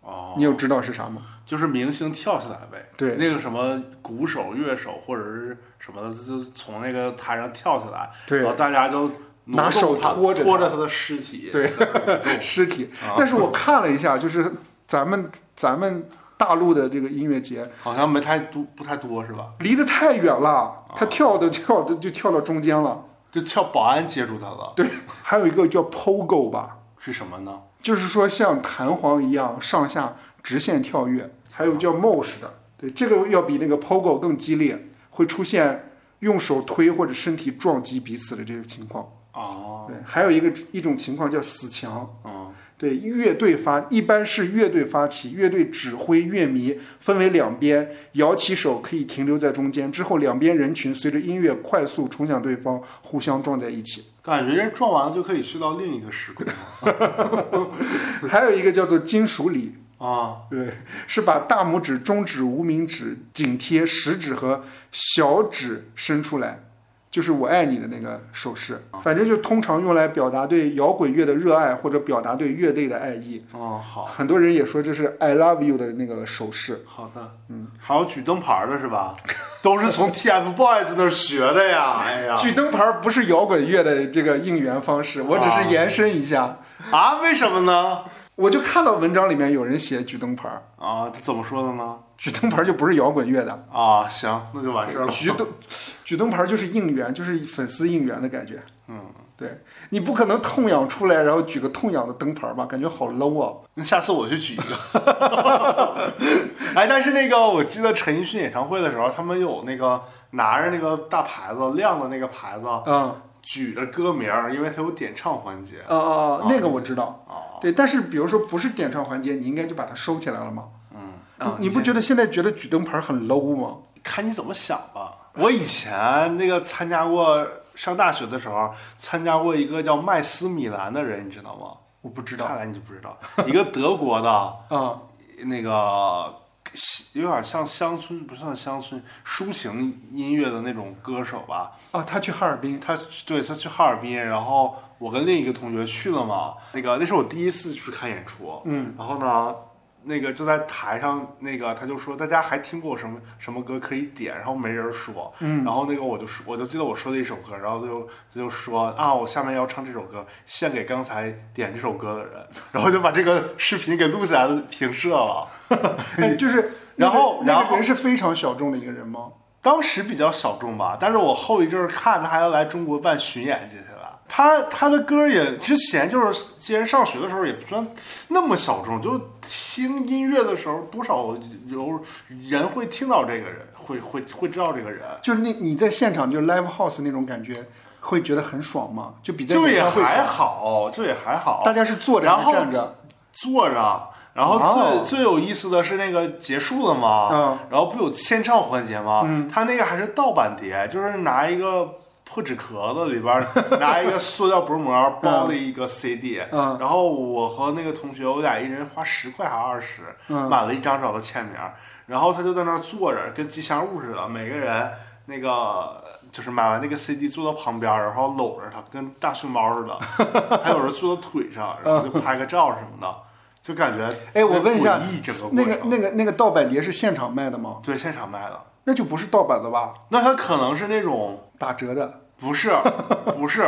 [SPEAKER 2] 哦，
[SPEAKER 1] 你有知道是啥吗？
[SPEAKER 2] 就是明星跳下来呗，
[SPEAKER 1] 对
[SPEAKER 2] 那个什么鼓手、乐手或者是什么的，就从那个台上跳下来，
[SPEAKER 1] 对
[SPEAKER 2] 然后大家就挪动
[SPEAKER 1] 拿手
[SPEAKER 2] 他
[SPEAKER 1] 拖
[SPEAKER 2] 拖
[SPEAKER 1] 着他
[SPEAKER 2] 着他的尸体，
[SPEAKER 1] 对
[SPEAKER 2] 在那儿动
[SPEAKER 1] 尸体
[SPEAKER 2] 啊。
[SPEAKER 1] 但是我看了一下，就是咱们咱们大陆的这个音乐节
[SPEAKER 2] 好像没太多，不太多是吧？
[SPEAKER 1] 离得太远了，他跳的跳的就跳到中间了。
[SPEAKER 2] 就跳保安接住他了，
[SPEAKER 1] 对，还有一个叫 POGO 吧，
[SPEAKER 2] 是什么呢？
[SPEAKER 1] 就是说像弹簧一样上下直线跳跃，还有叫 mosh 的，对，这个要比那个 pogo 更激烈，会出现用手推或者身体撞击彼此的这个情况。
[SPEAKER 2] 哦，
[SPEAKER 1] 对，还有一个一种情况叫死墙，
[SPEAKER 2] 嗯，
[SPEAKER 1] 对，乐队发一般是乐队发起，乐队指挥乐迷分为两边，摇起手可以停留在中间，之后两边人群随着音乐快速冲向对方，互相撞在一 起。
[SPEAKER 2] 感觉人撞完了就可以去到另一个时空了
[SPEAKER 1] 还有一个叫做金属礼，
[SPEAKER 2] 啊，
[SPEAKER 1] 对，是把大拇指、中指、无名指紧贴食指和小指伸出来，就是“我爱你”的那个手势。反正就通常用来表达对摇滚乐的热爱，或者表达对乐队的爱意。
[SPEAKER 2] 嗯，好。
[SPEAKER 1] 很多人也说这是 “I love you” 的那个手势。
[SPEAKER 2] 好的，嗯，还有举灯牌儿的是吧？都是从 TFBOYS 那儿学的呀，哎呀，
[SPEAKER 1] 举灯牌儿不是摇滚乐的这个应援方式，我只
[SPEAKER 2] 啊
[SPEAKER 1] 是延伸一下。
[SPEAKER 2] 啊，为什么呢？
[SPEAKER 1] 我就看到文章里面有人写举灯牌儿，
[SPEAKER 2] 啊，他怎么说的呢？
[SPEAKER 1] 举灯牌儿就不是摇滚乐的，
[SPEAKER 2] 啊，行，那就完事儿了。
[SPEAKER 1] 举灯举灯牌儿就是应援，就是粉丝应援的感觉。
[SPEAKER 2] 嗯，
[SPEAKER 1] 对你不可能痛痒出来，然后举个痛痒的灯牌吧，感觉好 low 啊！
[SPEAKER 2] 那下次我去举一个。 哎，但是那个，我记得陈奕迅演唱会的时候，他们有那个拿着那个大牌子亮的那个牌子，
[SPEAKER 1] 啊
[SPEAKER 2] 举着歌名儿，因为他有点唱环节
[SPEAKER 1] 啊啊！那个我知道，
[SPEAKER 2] 啊。
[SPEAKER 1] 对，但是比如说不是点唱环节，你应该就把它收起来了吗？
[SPEAKER 2] 嗯，
[SPEAKER 1] 你你不觉得现在觉得举灯牌很 low 吗？
[SPEAKER 2] 看你怎么想吧。我以前那个参加过，上大学的时候参加过一个叫麦斯米兰的人，你知道吗？
[SPEAKER 1] 我不知
[SPEAKER 2] 看
[SPEAKER 1] 道
[SPEAKER 2] 来你就不知道，一个德国的
[SPEAKER 1] 啊
[SPEAKER 2] 那个有点像乡村，不算乡村抒情音乐的那种歌手吧。
[SPEAKER 1] 啊！他去哈尔滨
[SPEAKER 2] 他对他去哈尔滨，然后我跟另一个同学去了嘛。那个那是我第一次去看演出，
[SPEAKER 1] 嗯，
[SPEAKER 2] 然后呢，那个就在台上，那个他就说大家还听过什么什么歌可以点，然后没人说，嗯，然后那个我就说，我就记得我说了一首歌，然后就就说啊，我下面要唱这首歌，献给刚才点这首歌的人， 然后就把这个视频给录下来平射了。
[SPEAKER 1] 哎，就是那
[SPEAKER 2] 然
[SPEAKER 1] 个
[SPEAKER 2] 后
[SPEAKER 1] 那
[SPEAKER 2] 然
[SPEAKER 1] 个
[SPEAKER 2] 后
[SPEAKER 1] 人是非常小众的一个人吗？
[SPEAKER 2] 当时比较小众吧，但是我后一阵儿看他还要来中国办巡演，接下来他他的歌也之前就是，其实上学的时候也不算那么小众，就听音乐的时候多少有人会听到这个人，会会会知道这个人，
[SPEAKER 1] 就是那你在现场就是 live house 那种感觉，会觉得很爽吗？就比在
[SPEAKER 2] 就
[SPEAKER 1] 演
[SPEAKER 2] 也
[SPEAKER 1] 唱会
[SPEAKER 2] 还
[SPEAKER 1] 爽，
[SPEAKER 2] 好，就也还好。
[SPEAKER 1] 大家是坐着
[SPEAKER 2] 然
[SPEAKER 1] 还是
[SPEAKER 2] 后
[SPEAKER 1] 站着？
[SPEAKER 2] 坐着。然后最、
[SPEAKER 1] 哦
[SPEAKER 2] 最有意思的是那个结束了嘛，
[SPEAKER 1] 嗯
[SPEAKER 2] 然后不有签唱环节吗？他那个还是盗版碟，就是拿一个破纸壳子里 边儿拿一个塑料薄膜包了一个 CD，、
[SPEAKER 1] 嗯
[SPEAKER 2] 然后我和那个同学，我俩一人花十块还二十、
[SPEAKER 1] 嗯
[SPEAKER 2] 买了一张找他签名儿，然后他就在那儿坐着，跟吉祥物似的，每个人那个。就是买完那个 CD 坐到旁边儿，然后搂着他，跟大熊猫 似的，还有人坐到腿上，然后就拍个照什么的，就感觉
[SPEAKER 1] 哎，我问一下
[SPEAKER 2] 诡异整个，过
[SPEAKER 1] 那个
[SPEAKER 2] 程
[SPEAKER 1] 那个那个盗版碟是现场卖的吗？
[SPEAKER 2] 对现场卖的，
[SPEAKER 1] 那就不是盗版的吧？
[SPEAKER 2] 那他可能是那种
[SPEAKER 1] 打折的
[SPEAKER 2] 不是不是，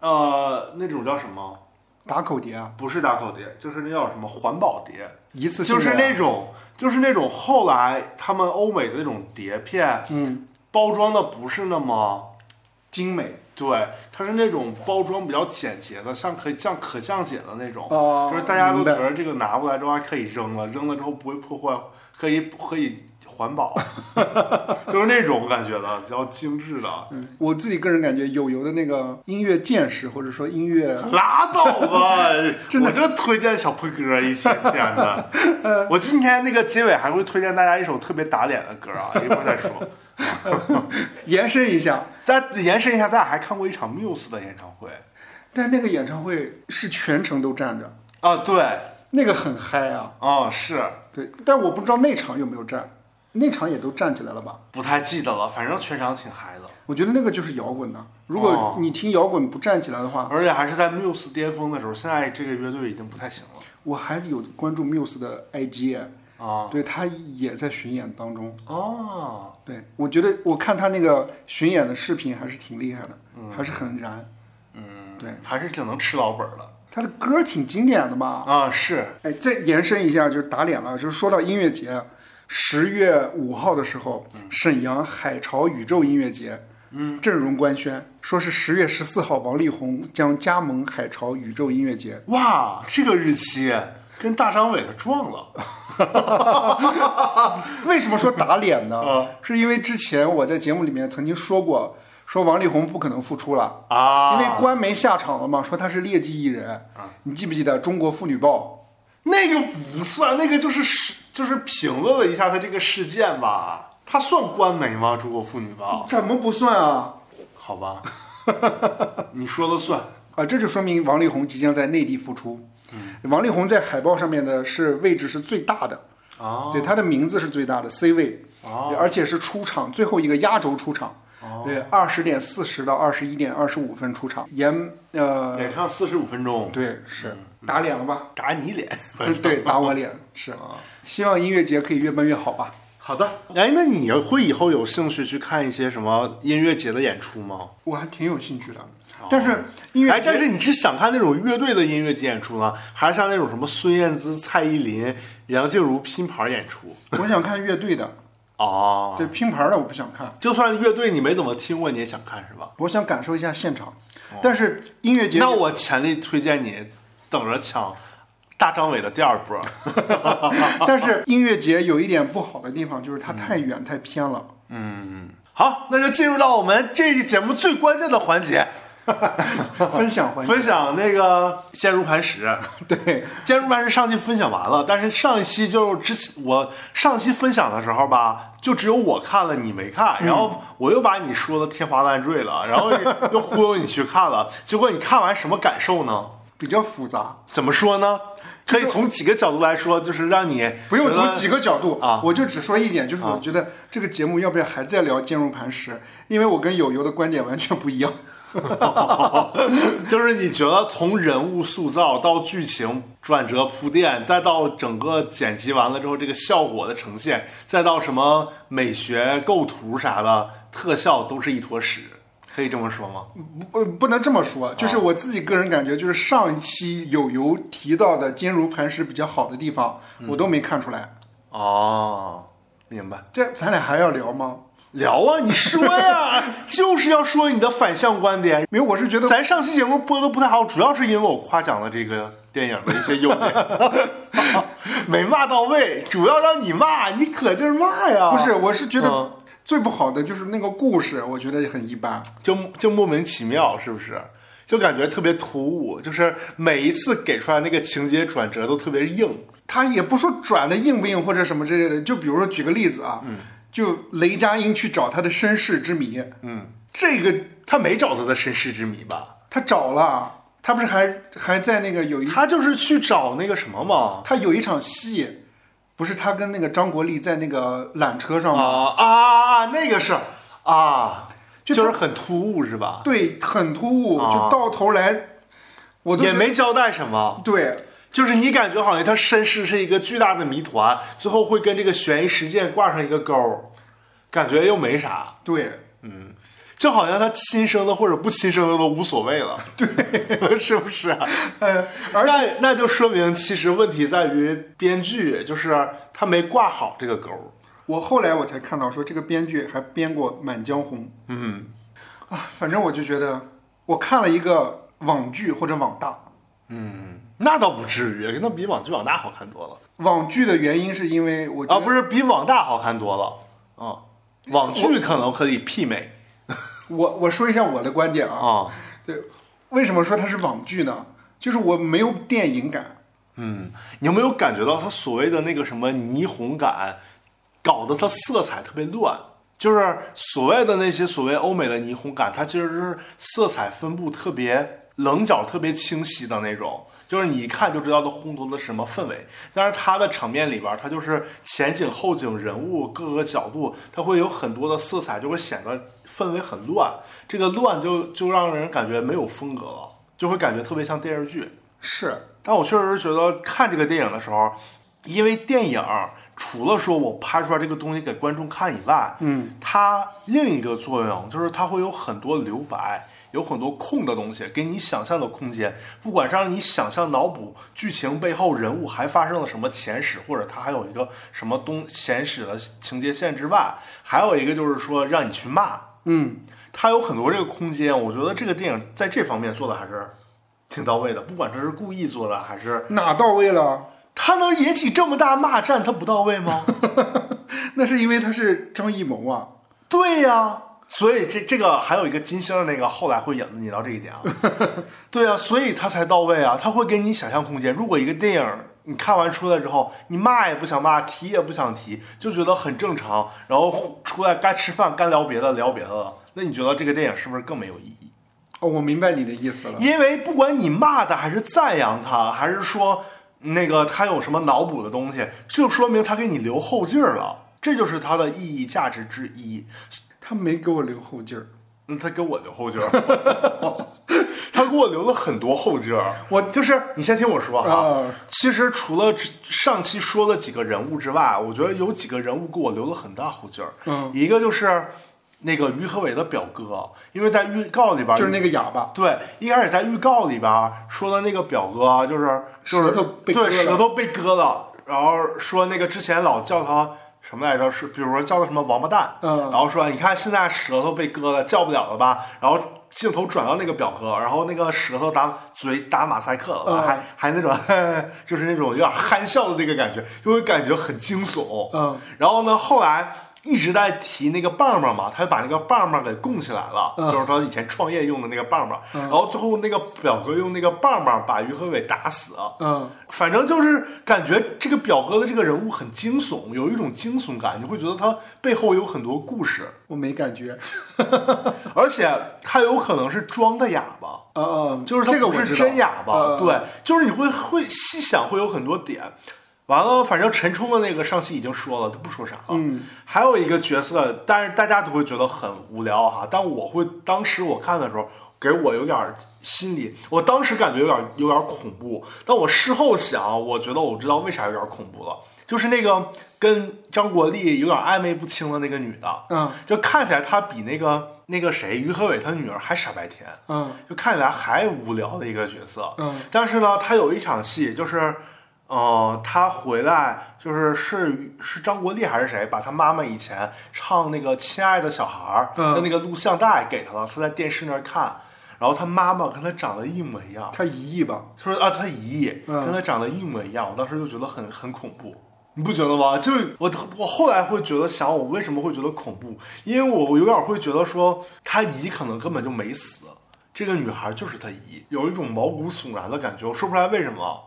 [SPEAKER 2] 呃，那种叫什么？
[SPEAKER 1] 打口碟啊，
[SPEAKER 2] 不是打口碟，就是那叫什么环保碟，
[SPEAKER 1] 一次性
[SPEAKER 2] 就
[SPEAKER 1] 的
[SPEAKER 2] 是
[SPEAKER 1] 呀
[SPEAKER 2] 那种就是那种后来他们欧美的那种碟片
[SPEAKER 1] 嗯
[SPEAKER 2] 包装的不是那么。
[SPEAKER 1] 精美
[SPEAKER 2] 对，它是那种包装比较简洁的，像可以降可降解的那种，
[SPEAKER 1] 哦
[SPEAKER 2] 就是大家都
[SPEAKER 1] 明
[SPEAKER 2] 觉
[SPEAKER 1] 白
[SPEAKER 2] 得这个拿过来之后还可以扔了，扔了之后不会破坏，可以可以 环保，就是那种感觉的，比较精致的。
[SPEAKER 1] 嗯，我自己个人感觉友友的那个音乐见识或者说音乐
[SPEAKER 2] 拉倒吧，
[SPEAKER 1] 真的
[SPEAKER 2] 我这推荐小破歌一天天 的。我今天那个结尾还会推荐大家一首特别打脸的歌啊，一会儿再说。
[SPEAKER 1] 延伸一下，
[SPEAKER 2] 再延伸一下，咱俩还看过一场 Muse 的演唱会
[SPEAKER 1] 但那个演唱会是全程都站着，
[SPEAKER 2] 啊，对，
[SPEAKER 1] 那个很嗨啊。
[SPEAKER 2] 啊、是。
[SPEAKER 1] 对，但我不知道那场有没有站，那场也都站起来了吧？
[SPEAKER 2] 不太记得了，反正全场挺嗨的，
[SPEAKER 1] 我觉得那个就是摇滚呐、如
[SPEAKER 2] 哦
[SPEAKER 1] 果你听摇滚不站起来的话，
[SPEAKER 2] 而且还是在 Muse 巅峰的时候。现在这个乐队已经不太行了
[SPEAKER 1] 我还有关注 Muse 的 IG，哎
[SPEAKER 2] 啊。
[SPEAKER 1] 对他也在巡演当中。
[SPEAKER 2] 哦，
[SPEAKER 1] 对，我觉得我看他那个巡演的视频还是挺厉害的，还是很燃。
[SPEAKER 2] 嗯，
[SPEAKER 1] 对，
[SPEAKER 2] 还是挺能吃老本儿的
[SPEAKER 1] 他的歌挺经典的吧？
[SPEAKER 2] 啊。是，
[SPEAKER 1] 哎，再延伸一下，就是打脸了，就是说到音乐节，十月五号的时候，
[SPEAKER 2] 嗯
[SPEAKER 1] 沈阳海潮宇宙音乐节，嗯，阵容官宣，说是十月十四号，王力宏将加盟海潮宇宙音乐节。
[SPEAKER 2] 哇，这个日期跟大张伟的撞了。
[SPEAKER 1] 为什么说打脸呢
[SPEAKER 2] 啊？
[SPEAKER 1] 是因为之前我在节目里面曾经说过，说王力宏不可能复出了。
[SPEAKER 2] 啊，
[SPEAKER 1] 因为官媒下场了嘛，说他是劣迹艺人。你记不记得《中国妇女报
[SPEAKER 2] 那个不算，那个就是是就是评论了一下他这个事件吧。他算官媒吗？中国妇女》报？
[SPEAKER 1] 怎么不算啊？
[SPEAKER 2] 好吧， 你说了算。
[SPEAKER 1] 啊，这就说明王力宏即将在内地复出。王力宏在海报上面的是位置是最大的，
[SPEAKER 2] 啊
[SPEAKER 1] 对，他的名字是最大的 C 位，
[SPEAKER 2] 啊
[SPEAKER 1] 而且是出场最后一个压轴出场，对，二十点四十到二十一点二十五分出场，演呃，
[SPEAKER 2] 演唱四十五分钟，
[SPEAKER 1] 对，是打脸了吧？
[SPEAKER 2] 打你 脸。
[SPEAKER 1] 对，打我 脸是。希望音乐节可以越办越好吧。
[SPEAKER 2] 好的，哎，那你会以后有兴趣去看一些什么音乐节的演出吗？
[SPEAKER 1] 我还挺有兴趣的，哦但是音乐
[SPEAKER 2] 哎，
[SPEAKER 1] 节
[SPEAKER 2] 但是你是想看那种乐队的音乐节演出呢，还是像那种什么孙燕姿、蔡依林、梁静茹拼盘演出？
[SPEAKER 1] 我想看乐队的，
[SPEAKER 2] 哦，
[SPEAKER 1] 对拼盘的我不想看，
[SPEAKER 2] 就算乐队你没怎么听过，你也想看是吧？
[SPEAKER 1] 我想感受一下现场。但是音乐节
[SPEAKER 2] 那我强力推荐你，等着抢大张伟的第二波。
[SPEAKER 1] 但是音乐节有一点不好的地方就是它太远太偏 了。
[SPEAKER 2] 好，那就进入到我们这期节目最关键的环节，
[SPEAKER 1] 分享环节，
[SPEAKER 2] 分享那个坚如磐 石。
[SPEAKER 1] 对，
[SPEAKER 2] 坚如磐石上期分享完了，但是上一期就是之前我上期分享的时候吧，就只有我看了，你没看，然后我又把你说的天花乱坠 了，然后又又忽悠你去看了，结果你看完什么感受呢？
[SPEAKER 1] 比较复杂，
[SPEAKER 2] 怎么说呢？可以从几个角度来说，就是让你
[SPEAKER 1] 不用
[SPEAKER 2] 觉得
[SPEAKER 1] 从几个角度
[SPEAKER 2] 啊
[SPEAKER 1] 我就只说一点，就是 我觉得这个节目要不要还在聊坚如磐石，因为我跟友友的观点完全不一样。
[SPEAKER 2] 就是你觉得从人物塑造到剧情转折铺垫，再到整个剪辑完了之后这个效果的呈现，再到什么美学构图啥的，特效都是一坨屎，可以这么说吗？
[SPEAKER 1] 不不能这么
[SPEAKER 2] 啊
[SPEAKER 1] 说，就是我自己个人感觉，就是上一期有由提到的《坚如磐石》比较好的地方，
[SPEAKER 2] 嗯
[SPEAKER 1] 我都没看出来。
[SPEAKER 2] 哦，明白。
[SPEAKER 1] 这咱俩还要聊吗？
[SPEAKER 2] 聊啊，你说呀，就是要说你的反向观点。
[SPEAKER 1] 没有，我是觉得
[SPEAKER 2] 咱上期节目播的不太好，主要是因为我夸奖了这个电影的一些优点， 没骂到位，主要让你骂，你可劲儿骂呀。
[SPEAKER 1] 不是，，我是觉得
[SPEAKER 2] 嗯
[SPEAKER 1] 最不好的就是那个故事，我觉得也很一般。
[SPEAKER 2] 就就莫名其妙，是不是？就感觉特别突兀，就是每一次给出来那个情节转折都特别硬。
[SPEAKER 1] 他也不说转的硬不硬或者什么之类的，就比如说举个例子啊，就雷佳音去找他的身世之谜，
[SPEAKER 2] 嗯，
[SPEAKER 1] 这个
[SPEAKER 2] 他没找他的身世之谜吧？
[SPEAKER 1] 他找了，啊他不是还还在那个有一
[SPEAKER 2] 他就是去找那个什么嘛？
[SPEAKER 1] 他有一场戏，不是他跟那个张国立在那个缆车上
[SPEAKER 2] 啊
[SPEAKER 1] 吗？
[SPEAKER 2] 啊啊！那个是啊，
[SPEAKER 1] 就
[SPEAKER 2] 就是很突兀，是吧？
[SPEAKER 1] 对，很突兀，
[SPEAKER 2] 啊
[SPEAKER 1] 就到头来，我都
[SPEAKER 2] 也
[SPEAKER 1] 觉得
[SPEAKER 2] 没交代什么。
[SPEAKER 1] 对，
[SPEAKER 2] 就是你感觉好像他身世是一个巨大的谜团，最后会跟这个悬疑事件挂上一个钩儿，感觉又没啥，
[SPEAKER 1] 对，
[SPEAKER 2] 就好像他亲生的或者不亲生的都无所谓了， 对，是不是啊？
[SPEAKER 1] 呃，而
[SPEAKER 2] 那那就说明其实问题在于编剧，就是他没挂好这个钩儿。
[SPEAKER 1] 我后来我才看到说这个编剧还编过《满江红》
[SPEAKER 2] 嗯
[SPEAKER 1] 啊，反正我就觉得我看了一个网剧或者网大，
[SPEAKER 2] 嗯，那倒不至于，那比网剧网大好看多了
[SPEAKER 1] 网剧的原因是因为我觉
[SPEAKER 2] 啊，
[SPEAKER 1] 得
[SPEAKER 2] 不是比网大好看多了啊，网剧可能可以媲美
[SPEAKER 1] 我我说一下我的观点啊，
[SPEAKER 2] 啊。
[SPEAKER 1] 为什么说它是网剧呢？就是我没有电影感，
[SPEAKER 2] 嗯，你有没有感觉到它所谓的那个什么霓虹感，搞得它色彩特别乱？就是所谓的那些所谓欧美的霓虹感，它其实是色彩分布特别棱角特别清晰的那种，就是你一看就知道它烘托的什么氛围。但是它的场面里边儿，它就是前景、后景、人物各个角度，它会有很多的色彩，就会显得氛围很乱。这个乱就就让人感觉没有风格了，就会感觉特别像电视剧。
[SPEAKER 1] 是
[SPEAKER 2] 但我确实是觉得看这个电影的时候，因为电影除了说我拍出来这个东西给观众看以外，嗯，它另一个作用就是它会有很多留白，有很多空的东西，给你想象的空间，不管是让你想象脑补剧情背后人物还发生了什么前史，或者它还有一个什么东前史的情节线之外，还有一个就是说让你去骂，
[SPEAKER 1] 嗯，
[SPEAKER 2] 它有很多这个空间，我觉得这个电影在这方面做的还是挺到位的，不管它是故意做的还是
[SPEAKER 1] 哪到位了？
[SPEAKER 2] 它能引起这么大骂战，它不到位吗？
[SPEAKER 1] 那是因为它是张艺谋啊，
[SPEAKER 2] 对呀、所以这这个还有一个金星儿那个后来会引着你到这一点啊，对啊，所以它才到位啊，它会给你想象空间。如果一个电影你看完出来之后，你骂也不想骂，提也不想提，就觉得很正常，然后出来该吃饭该聊别的聊别的了，那你觉得这个电影是不是更没有意义？
[SPEAKER 1] 哦，我明白你的意思了，
[SPEAKER 2] 因为不管你骂他还是赞扬他，还是说那个他有什么脑补的东西，就说明他给你留后劲儿了，这就是他的意义价值之一。
[SPEAKER 1] 他没给我留后劲儿，
[SPEAKER 2] 那他给我留后劲儿， 他给我留了很多后劲儿。
[SPEAKER 1] 我
[SPEAKER 2] 就是你先听我说哈，
[SPEAKER 1] 啊
[SPEAKER 2] 其实除了之上期说的几个人物之外，我觉得有几个人物给我留了很大后劲儿。
[SPEAKER 1] 嗯，
[SPEAKER 2] 一个就是那个于和伟的表哥，因为在预告里边
[SPEAKER 1] 就是那个哑巴，
[SPEAKER 2] 对，一开始在预告里边儿说的那个表哥啊，就是就是
[SPEAKER 1] 舌头被割
[SPEAKER 2] 对
[SPEAKER 1] 了
[SPEAKER 2] 舌头被割了，然后说那个之前老叫他什么来着？是比如说叫他什么王八蛋，
[SPEAKER 1] 嗯
[SPEAKER 2] 然后说你看现在舌头被割了，叫不了了吧？然后镜头转到那个表哥，然后那个舌头打嘴打马赛克了吧，
[SPEAKER 1] 嗯
[SPEAKER 2] 还还那种 就是那种有点憨笑的那个感觉，就会感觉很惊悚。
[SPEAKER 1] 嗯
[SPEAKER 2] 然后呢，后来一直在提那个棒棒嘛，他就把那个棒棒给供起来了，
[SPEAKER 1] 嗯
[SPEAKER 2] 就是他以前创业用的那个棒棒。然后最后那个表哥用那个棒棒把于和伟打死。
[SPEAKER 1] 嗯，
[SPEAKER 2] 反正就是感觉这个表哥的这个人物很惊悚，有一种惊悚感，你会觉得他背后有很多故事，
[SPEAKER 1] 我没感觉，
[SPEAKER 2] 而且他有可能是装的哑巴。
[SPEAKER 1] 啊啊，
[SPEAKER 2] 就是他
[SPEAKER 1] 这个
[SPEAKER 2] 不
[SPEAKER 1] 我
[SPEAKER 2] 是
[SPEAKER 1] 知道
[SPEAKER 2] 真哑巴，，
[SPEAKER 1] 呃
[SPEAKER 2] 对，就是你会会细想，会有很多点。完了，反正陈冲的那个上期已经说了，就不说啥了。
[SPEAKER 1] 嗯，
[SPEAKER 2] 还有一个角色，但是大家都会觉得很无聊哈。但我会当时我看的时候，给我有点儿心理，我当时感觉有点儿有点儿恐怖，但我事后想，我觉得我知道为啥有点儿恐怖了，就是那个跟张国立有点暧昧不清的那个女的，
[SPEAKER 1] 嗯
[SPEAKER 2] 就看起来她比那个那个谁于和伟他女儿还傻白甜，
[SPEAKER 1] 嗯
[SPEAKER 2] 就看起来还无聊的一个角色。
[SPEAKER 1] 嗯
[SPEAKER 2] 但是呢，他有一场戏就是，呃，他回来就是是是张国立还是谁把他妈妈以前唱那个《亲爱的小孩儿》
[SPEAKER 1] 嗯
[SPEAKER 2] 的那个录像带给他了，他在电视那儿看，然后他妈妈跟他长得一模一样，
[SPEAKER 1] 他一亿吧，
[SPEAKER 2] 他说啊，他姨
[SPEAKER 1] 嗯
[SPEAKER 2] 跟他长得一模一样，我当时就觉得很很恐怖。你不觉得吗？就是我，我后来会觉得想，我为什么会觉得恐怖？因为我有点会觉得说，他姨可能根本就没死，这个女孩就是他姨，有一种毛骨悚然的感觉，我说不出来为什么。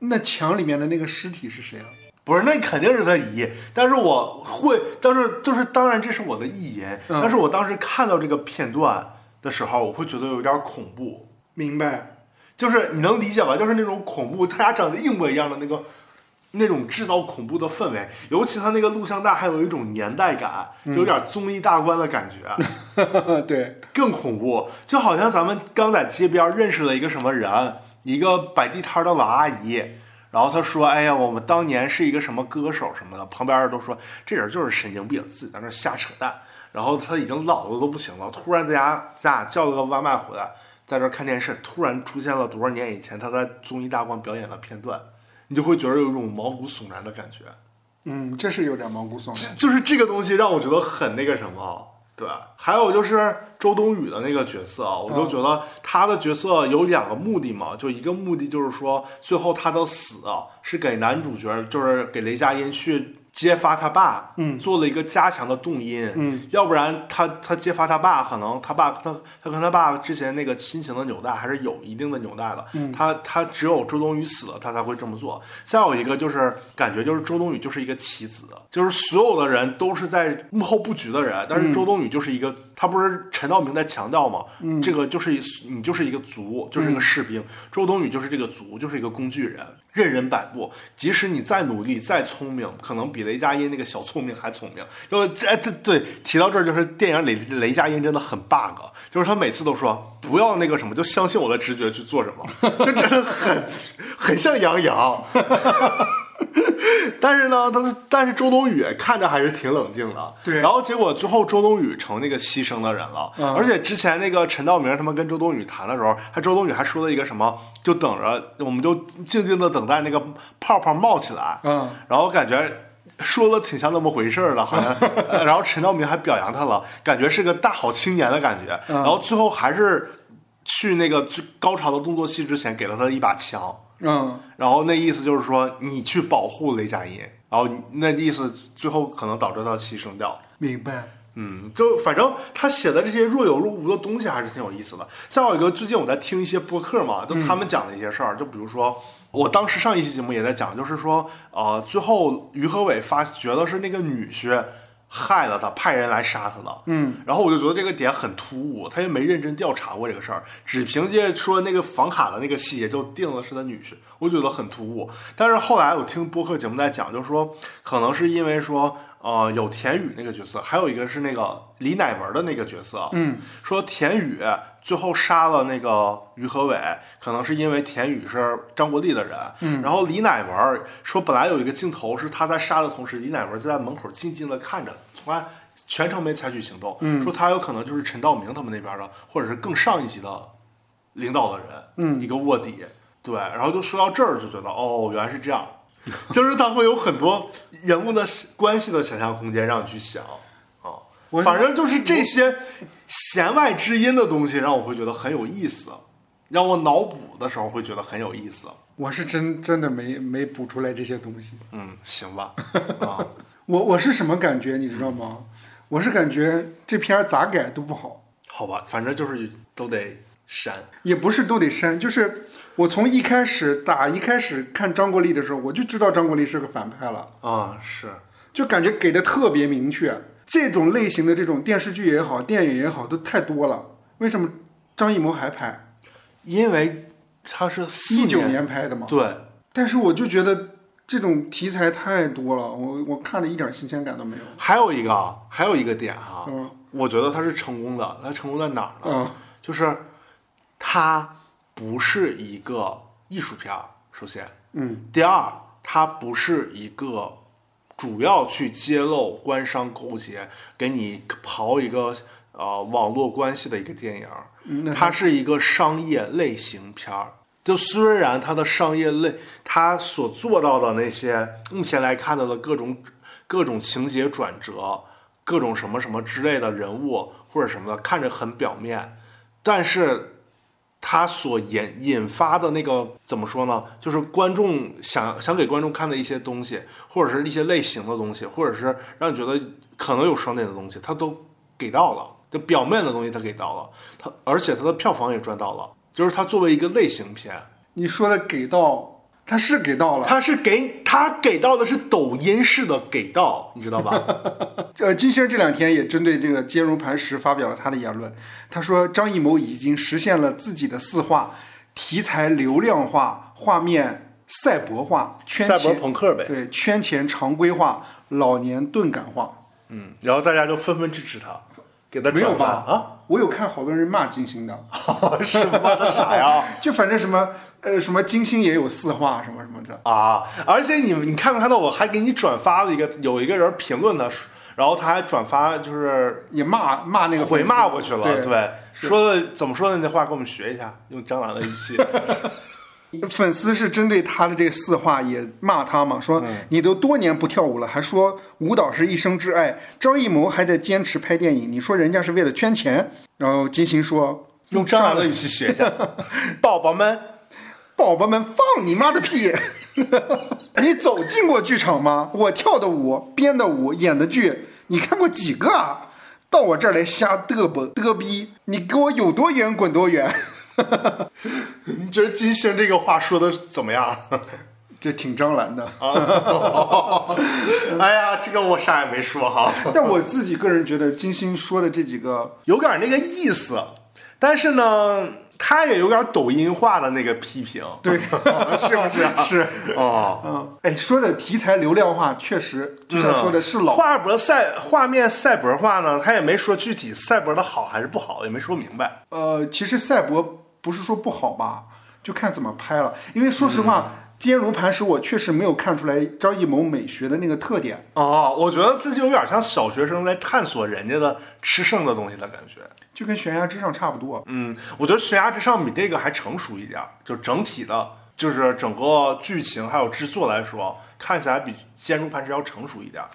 [SPEAKER 1] 那墙里面的那个尸体是谁啊？
[SPEAKER 2] 不是，那肯定是他姨，但是我会，但是就是当然这是我的意淫，
[SPEAKER 1] 嗯
[SPEAKER 2] 但是我当时看到这个片段的时候，我会觉得有点恐怖。
[SPEAKER 1] 明白，
[SPEAKER 2] 就是你能理解吧？就是那种恐怖，他俩长得一模一样的那个，那种制造恐怖的氛围，尤其他那个录像带还有一种年代感，就有点综艺大观的感觉，
[SPEAKER 1] 对，
[SPEAKER 2] 更恐怖。就好像咱们刚在街边认识了一个什么人，一个摆地摊的老阿姨。然后她说：“哎呀，我们当年是一个什么歌手什么的。”旁边人都说：“这人就是神经病，自己在那瞎扯淡。”然后他已经老的都不行了，突然在家咱俩叫了个外卖回来，在这儿看电视，突然出现了多少年以前他在综艺大观表演的片段，你就会觉得有一种毛骨悚然的感觉。
[SPEAKER 1] 嗯，这是有点毛骨悚
[SPEAKER 2] 这
[SPEAKER 1] 然。
[SPEAKER 2] 就是这个东西让我觉得很那个什么。对，还有就是周冬雨的那个角色啊，我
[SPEAKER 1] 嗯
[SPEAKER 2] 就觉得她的角色有两个目的嘛，就一个目的就是说，最后她的死啊是给男主角，就是给雷佳音去揭发他爸，
[SPEAKER 1] 嗯
[SPEAKER 2] 做了一个加强的动因，
[SPEAKER 1] 嗯，
[SPEAKER 2] 要不然他他揭发他爸，可能他爸他他跟他爸之前那个亲情的纽带还是有一定的纽带的，
[SPEAKER 1] 嗯
[SPEAKER 2] 他他只有周冬雨死了，他才会这么做。再有一个就是感觉就是周冬雨就是一个棋子，就是所有的人都是在幕后布局的人，但是周冬雨就是一个，他不是陈道明在强调嘛，这个就是一你就是一个卒，就是一个士兵，周冬雨就是这个卒，就是一个工具人。任人摆布，即使你再努力、再聪明，可能比雷佳音那个小聪明还聪明。就这哎对对，提到这儿就是电影里雷佳音真的很 bug，就是他每次都说不要那个什么，就相信我的直觉去做什么，就真的很很像杨洋。 但是呢，但是但是周冬雨看着还是挺冷静的，
[SPEAKER 1] 对
[SPEAKER 2] 然后结果最后周冬雨成那个牺牲的人了，
[SPEAKER 1] 嗯
[SPEAKER 2] 而且之前那个陈道明他们跟周冬雨谈的时候，还周冬雨还说了一个什么，就等着我们就静静的等待那个泡泡冒起来，
[SPEAKER 1] 嗯，
[SPEAKER 2] 然后感觉说了挺像那么回事儿了，好像。 呃然后陈道明还表扬他了，感觉是个大好青年的感觉。
[SPEAKER 1] 嗯
[SPEAKER 2] 然后最后还是去那个最高潮的动作戏之前，给了他一把枪，
[SPEAKER 1] 嗯，
[SPEAKER 2] 然后那意思就是说你去保护雷佳音，然后那意思最后可能导致他牺牲掉。
[SPEAKER 1] 明白。
[SPEAKER 2] 嗯，就反正他写的这些若有若无的东西还是挺有意思的。再有一个，最近我在听一些播客嘛，就他们讲的一些事儿，就比如说我当时上一期节目也在讲，就是说呃，最后于和伟发觉得是那个女婿害了他，派人来杀他的。
[SPEAKER 1] 嗯，
[SPEAKER 2] 然后我就觉得这个点很突兀，他也没认真调查过这个事儿，只凭借说那个房卡的那个细节就定了是他女婿，我觉得很突兀。但是后来我听播客节目在讲，就是说可能是因为说呃有田雨那个角色，还有一个是那个李乃文的那个角色，
[SPEAKER 1] 嗯，
[SPEAKER 2] 说田雨最后杀了那个于和伟，可能是因为田雨是张国立的人，嗯，然后李乃文说本来有一个镜头是他在杀的同时，李乃文就在门口静静的看着，从来全程没采取行动，嗯，说他有可能就是陈道明他们那边的，或者是更上一级的领导的人，嗯，一个卧底，对，然后就说到这儿就觉得哦，原来是这样， 就是他会有很多人物的关系的想象空间让你去想啊
[SPEAKER 1] 我，
[SPEAKER 2] 反正就是这些弦外之音的东西让我会觉得很有意思，让我脑补的时候会觉得很有意思，
[SPEAKER 1] 我是真真的没没补出来这些东西。
[SPEAKER 2] 嗯，行吧，啊，
[SPEAKER 1] 我我是什么感觉，你知道吗？我是感觉这片儿咋改都不好，
[SPEAKER 2] 好吧，反正就是都得删，
[SPEAKER 1] 也不是都得删，就是我从一开始打一开始看张国立的时候，我就知道张国立是个反派了，
[SPEAKER 2] 啊，是，
[SPEAKER 1] 就感觉给的特别明确。这种类型的这种电视剧也好，电影也好，都太多了。为什么张艺谋还拍？
[SPEAKER 2] 因为他是四
[SPEAKER 1] 一九年拍的嘛。
[SPEAKER 2] 对，
[SPEAKER 1] 但是我就觉得这种题材太多了，我我看了一点新鲜感都没有。
[SPEAKER 2] 还有一个啊，还有一个点哈、
[SPEAKER 1] 嗯
[SPEAKER 2] 我觉得他是成功的，他成功在哪儿呢？
[SPEAKER 1] 嗯
[SPEAKER 2] 就是它不是一个艺术片儿，首先，嗯，第二，它不是一个主要去揭露官商勾结，给你刨一个呃网络关系的一个电影儿，
[SPEAKER 1] 嗯
[SPEAKER 2] 它是一个商业类型片儿。就虽然它的商业类，它所做到的那些目前来看到的各种各种情节转折、各种什么什么之类的人物或者什么的，看着很表面，但是它所引引发的那个怎么说呢？就是观众想想给观众看的一些东西，或者是一些类型的东西，或者是让你觉得可能有爽点的东西，它都给到了。就表面的东西它给到了，它而且它的票房也赚到了。就是它作为一个类型片，
[SPEAKER 1] 你说的给到，他是给到了。
[SPEAKER 2] 它是给它给到的是抖音式的给到，你知 道吧？
[SPEAKER 1] 呃，金星这两天也针对这个坚如磐石发表了他的言论，他说张艺谋已经实现了自己的四化：题材流量化、画面赛博化、圈
[SPEAKER 2] 赛博
[SPEAKER 1] 钱
[SPEAKER 2] 朋克呗。
[SPEAKER 1] 对圈钱常规化、老年钝感化。
[SPEAKER 2] 嗯，然后大家就纷纷支持他，给他
[SPEAKER 1] 没有
[SPEAKER 2] 转发
[SPEAKER 1] 吧？我有看好多人骂金星的，
[SPEAKER 2] 啊？ 是吗？他傻呀！
[SPEAKER 1] 就反正什么呃什么金星也有四化什么什么的。
[SPEAKER 2] 啊！而且你你看没看到我还给你转发了一个，有一个人评论他，然后他还转发就是
[SPEAKER 1] 也骂骂那个
[SPEAKER 2] 回
[SPEAKER 1] 粉丝
[SPEAKER 2] 骂过去了，
[SPEAKER 1] 对
[SPEAKER 2] 对，说的怎么说的那话，给我们学一下，用张兰的语 气。
[SPEAKER 1] 粉丝是针对他的这四话也骂他嘛，说你都多年不跳舞了，还说舞蹈是一生挚爱。张艺谋还在坚持拍电影，你说人家是为了圈钱？然后金星说，
[SPEAKER 2] 用张兰的语气学一下， 宝宝们，
[SPEAKER 1] 宝宝们放你妈的屁！ 你走进过剧场吗？我跳的舞、编的舞、演的剧，你看过几个啊？到我这儿来瞎嘚啵嘚逼，你给我有多远滚多远，
[SPEAKER 2] 你觉得金星这个话说的怎么样？
[SPEAKER 1] 这挺张兰的。
[SPEAKER 2] 啊 哎呀，这个我啥也没说哈，
[SPEAKER 1] 但我自己个人觉得，金星说的这几个，
[SPEAKER 2] 有点那个意思，但是呢，他也有点抖音化的那个批评，
[SPEAKER 1] 对，
[SPEAKER 2] 是不 是？
[SPEAKER 1] 是啊
[SPEAKER 2] 哦。
[SPEAKER 1] 嗯，哎，说的题材流量化，确实就
[SPEAKER 2] 嗯
[SPEAKER 1] 像说的是老，
[SPEAKER 2] 画博赛画面赛博化呢，他也没说具体赛博的好还是不好，也没说明白。
[SPEAKER 1] 呃，其实赛博不是说不好吧，就看怎么拍了。因为说实
[SPEAKER 2] 嗯
[SPEAKER 1] 话，坚如磐石》我确实没有看出来张艺谋美学的那个特点。
[SPEAKER 2] 哦，我觉得自己有点像小学生在探索人家的吃剩的东西的感觉。
[SPEAKER 1] 就跟悬崖之上差不多，
[SPEAKER 2] 嗯，我觉得《悬崖之上》比这个还成熟一点儿，就整体的，就是整个剧情还有制作来说，看起来比《坚如磐石》要成熟一点儿。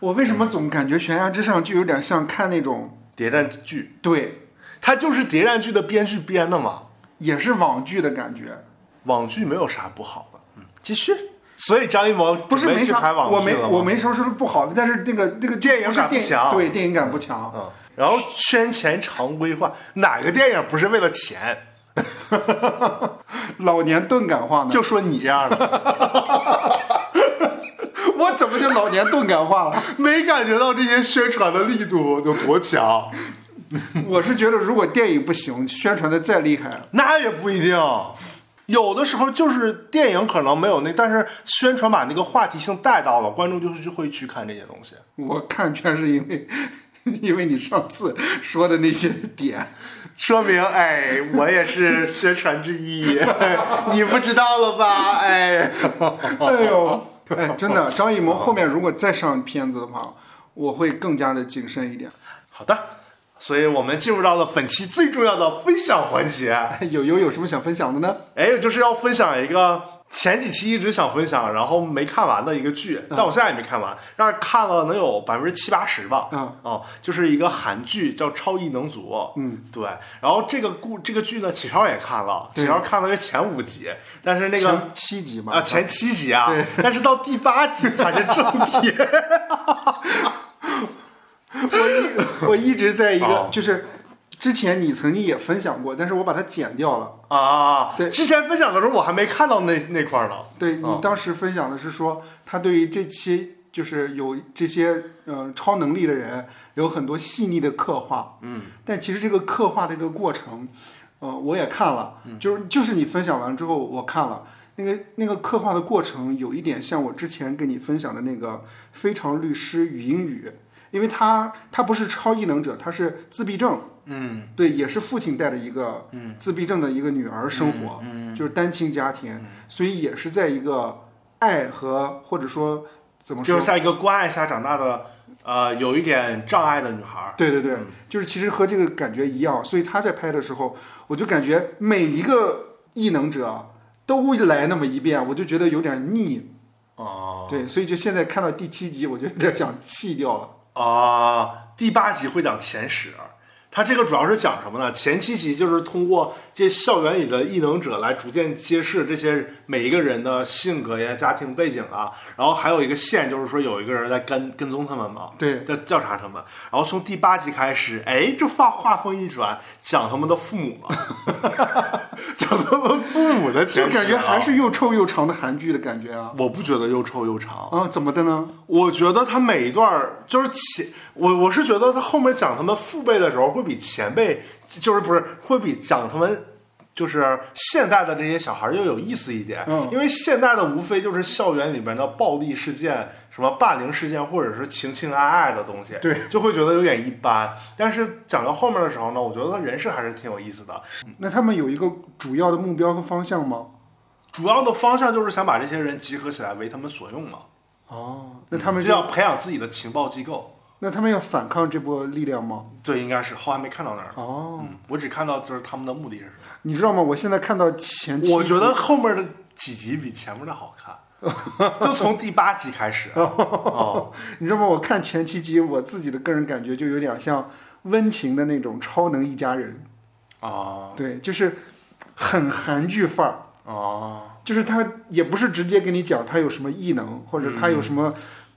[SPEAKER 1] 我为什么总感觉悬崖之上就有点像看那种
[SPEAKER 2] 谍战剧，
[SPEAKER 1] 对，
[SPEAKER 2] 它就是谍战剧的编剧编的嘛，
[SPEAKER 1] 也是网剧的感觉？
[SPEAKER 2] 网剧没有啥不好的。嗯，继续。所以张艺谋
[SPEAKER 1] 不是
[SPEAKER 2] 没
[SPEAKER 1] 没
[SPEAKER 2] 去拍
[SPEAKER 1] 啥，
[SPEAKER 2] 网剧
[SPEAKER 1] 我没
[SPEAKER 2] 了吗嗯
[SPEAKER 1] 我没说是不好，但是那个那个
[SPEAKER 2] 电影
[SPEAKER 1] 不是
[SPEAKER 2] 感不
[SPEAKER 1] 电
[SPEAKER 2] 强
[SPEAKER 1] 对电影感不强。
[SPEAKER 2] 嗯，然后圈钱常规化，哪个电影不是为了钱？
[SPEAKER 1] 老年钝感化呢？
[SPEAKER 2] 就说你这 样的，
[SPEAKER 1] 我怎么就老年钝感化 了？
[SPEAKER 2] 没感觉到这些宣传的力度有多强？
[SPEAKER 1] 我是觉得，如果电影不行，宣传的再厉害，
[SPEAKER 2] 那也不一定，有的时候就是电影可能没有那，但是宣传把那个话题性带到了，观众就是就会去看这些东西。
[SPEAKER 1] 我看全是因为， 因为你上次说的那些点。
[SPEAKER 2] 说明，哎，我也是宣传之一， 你不知道了吧？ 哎，
[SPEAKER 1] 哎呦， 哎，真的，张艺谋后面如果再上片子的话，我会更加的谨慎一点。
[SPEAKER 2] 好的，所以我们进入到了本期最重要的分享环节。
[SPEAKER 1] 友友有什么想分享的呢？
[SPEAKER 2] 哎，就是要分享一个前几期一直想分享，然后没看完的一个剧，但我现在也没看完，但是看了能有百分之七八十吧。
[SPEAKER 1] 嗯，
[SPEAKER 2] 哦，就是一个韩剧叫《超异能族》。
[SPEAKER 1] 嗯，
[SPEAKER 2] 对。然后这个故这个剧呢，启超也看了，
[SPEAKER 1] 对
[SPEAKER 2] 启超看了是前五集，但是那个
[SPEAKER 1] 前七集嘛，
[SPEAKER 2] 啊前七集啊，但是到第八集才是正 题。
[SPEAKER 1] 我一我一直在一个
[SPEAKER 2] 哦
[SPEAKER 1] 就是。之前你曾经也分享过，但是我把它剪掉了。
[SPEAKER 2] 啊，
[SPEAKER 1] 对
[SPEAKER 2] 之前分享的时候我还没看到那那块儿呢。
[SPEAKER 1] 对你
[SPEAKER 2] 哦
[SPEAKER 1] 当时分享的是说，他对于这期就是有这些呃超能力的人有很多细腻的刻画。嗯，但其实这个刻画的这个过程，呃，我也看了，就是就是你分享完之后我看了。那个那个刻画的过程有一点像我之前跟你分享的那个《非常律师禹英语》，因为他他不是超异能者，他是自闭症，
[SPEAKER 2] 嗯
[SPEAKER 1] 对，也是父亲带着一个自闭症的一个女儿生活，
[SPEAKER 2] 嗯
[SPEAKER 1] 就是单亲家庭，所以也是在一个爱和或者说怎么说，
[SPEAKER 2] 就是像一个关爱下长大的，呃，有一点障碍的女孩儿。
[SPEAKER 1] 对对对，就是其实和这个感觉一样，所以他在拍的时候，我就感觉每一个异能者都来那么一遍，我就觉得有点腻。
[SPEAKER 2] 哦
[SPEAKER 1] 对，所以就现在看到第七集，我就有点想弃掉了。
[SPEAKER 2] 啊，第八集会讲前史。它这个主要是讲什么呢？前七集就是通过这校园里的异能者来逐渐揭示这些每一个人的性格呀、家庭背景啊，然后还有一个线就是说有一个人在跟跟踪他们嘛，
[SPEAKER 1] 对，
[SPEAKER 2] 在调查他们。然后从第八集开始，哎，这画画风一转，讲他们的父 母了，讲他们父母的
[SPEAKER 1] 就
[SPEAKER 2] 前史啊
[SPEAKER 1] 感觉还是又臭又长的韩剧的感觉啊。
[SPEAKER 2] 我不觉得又臭又长，
[SPEAKER 1] 啊，怎么的呢？
[SPEAKER 2] 我觉得他每一段儿就是前，我我是觉得他后面讲他们父辈的时候，会比前辈就是不是会比讲他们就是现代的这些小孩儿要有意思一点，
[SPEAKER 1] 嗯
[SPEAKER 2] 因为现代的无非就是校园里边的暴力事件、什么霸凌事件，或者是情情爱爱的东西，
[SPEAKER 1] 对，
[SPEAKER 2] 就会觉得有点一般。但是讲到后面的时候呢，我觉得他人设还是挺有意思的，
[SPEAKER 1] 那他们有一个主要的目标和方向吗？
[SPEAKER 2] 主要的方向就是想把这些人集合起来为他们所用嘛，
[SPEAKER 1] 哦，那他们
[SPEAKER 2] 就
[SPEAKER 1] 就
[SPEAKER 2] 嗯要培养自己的情报机构。
[SPEAKER 1] 那他们要反抗这波力量吗？
[SPEAKER 2] 对，应该是后还没看到那儿。
[SPEAKER 1] 哦，
[SPEAKER 2] 嗯，我只看到就是他们的目的是什
[SPEAKER 1] 你知道吗？我现在看到前
[SPEAKER 2] 么。
[SPEAKER 1] 七
[SPEAKER 2] 我觉
[SPEAKER 1] 集
[SPEAKER 2] 得后面的几集比前面的好 看，就从第八集开始。 哦，
[SPEAKER 1] 你知道吗？我看前七集，我自己的个人感觉就有点像温情的那种《超能一家人
[SPEAKER 2] 哦》，，
[SPEAKER 1] 对，就是很韩剧范儿。
[SPEAKER 2] 哦，
[SPEAKER 1] 就是他也不是直接跟你讲他有什么异能，或者他
[SPEAKER 2] 嗯
[SPEAKER 1] 有什么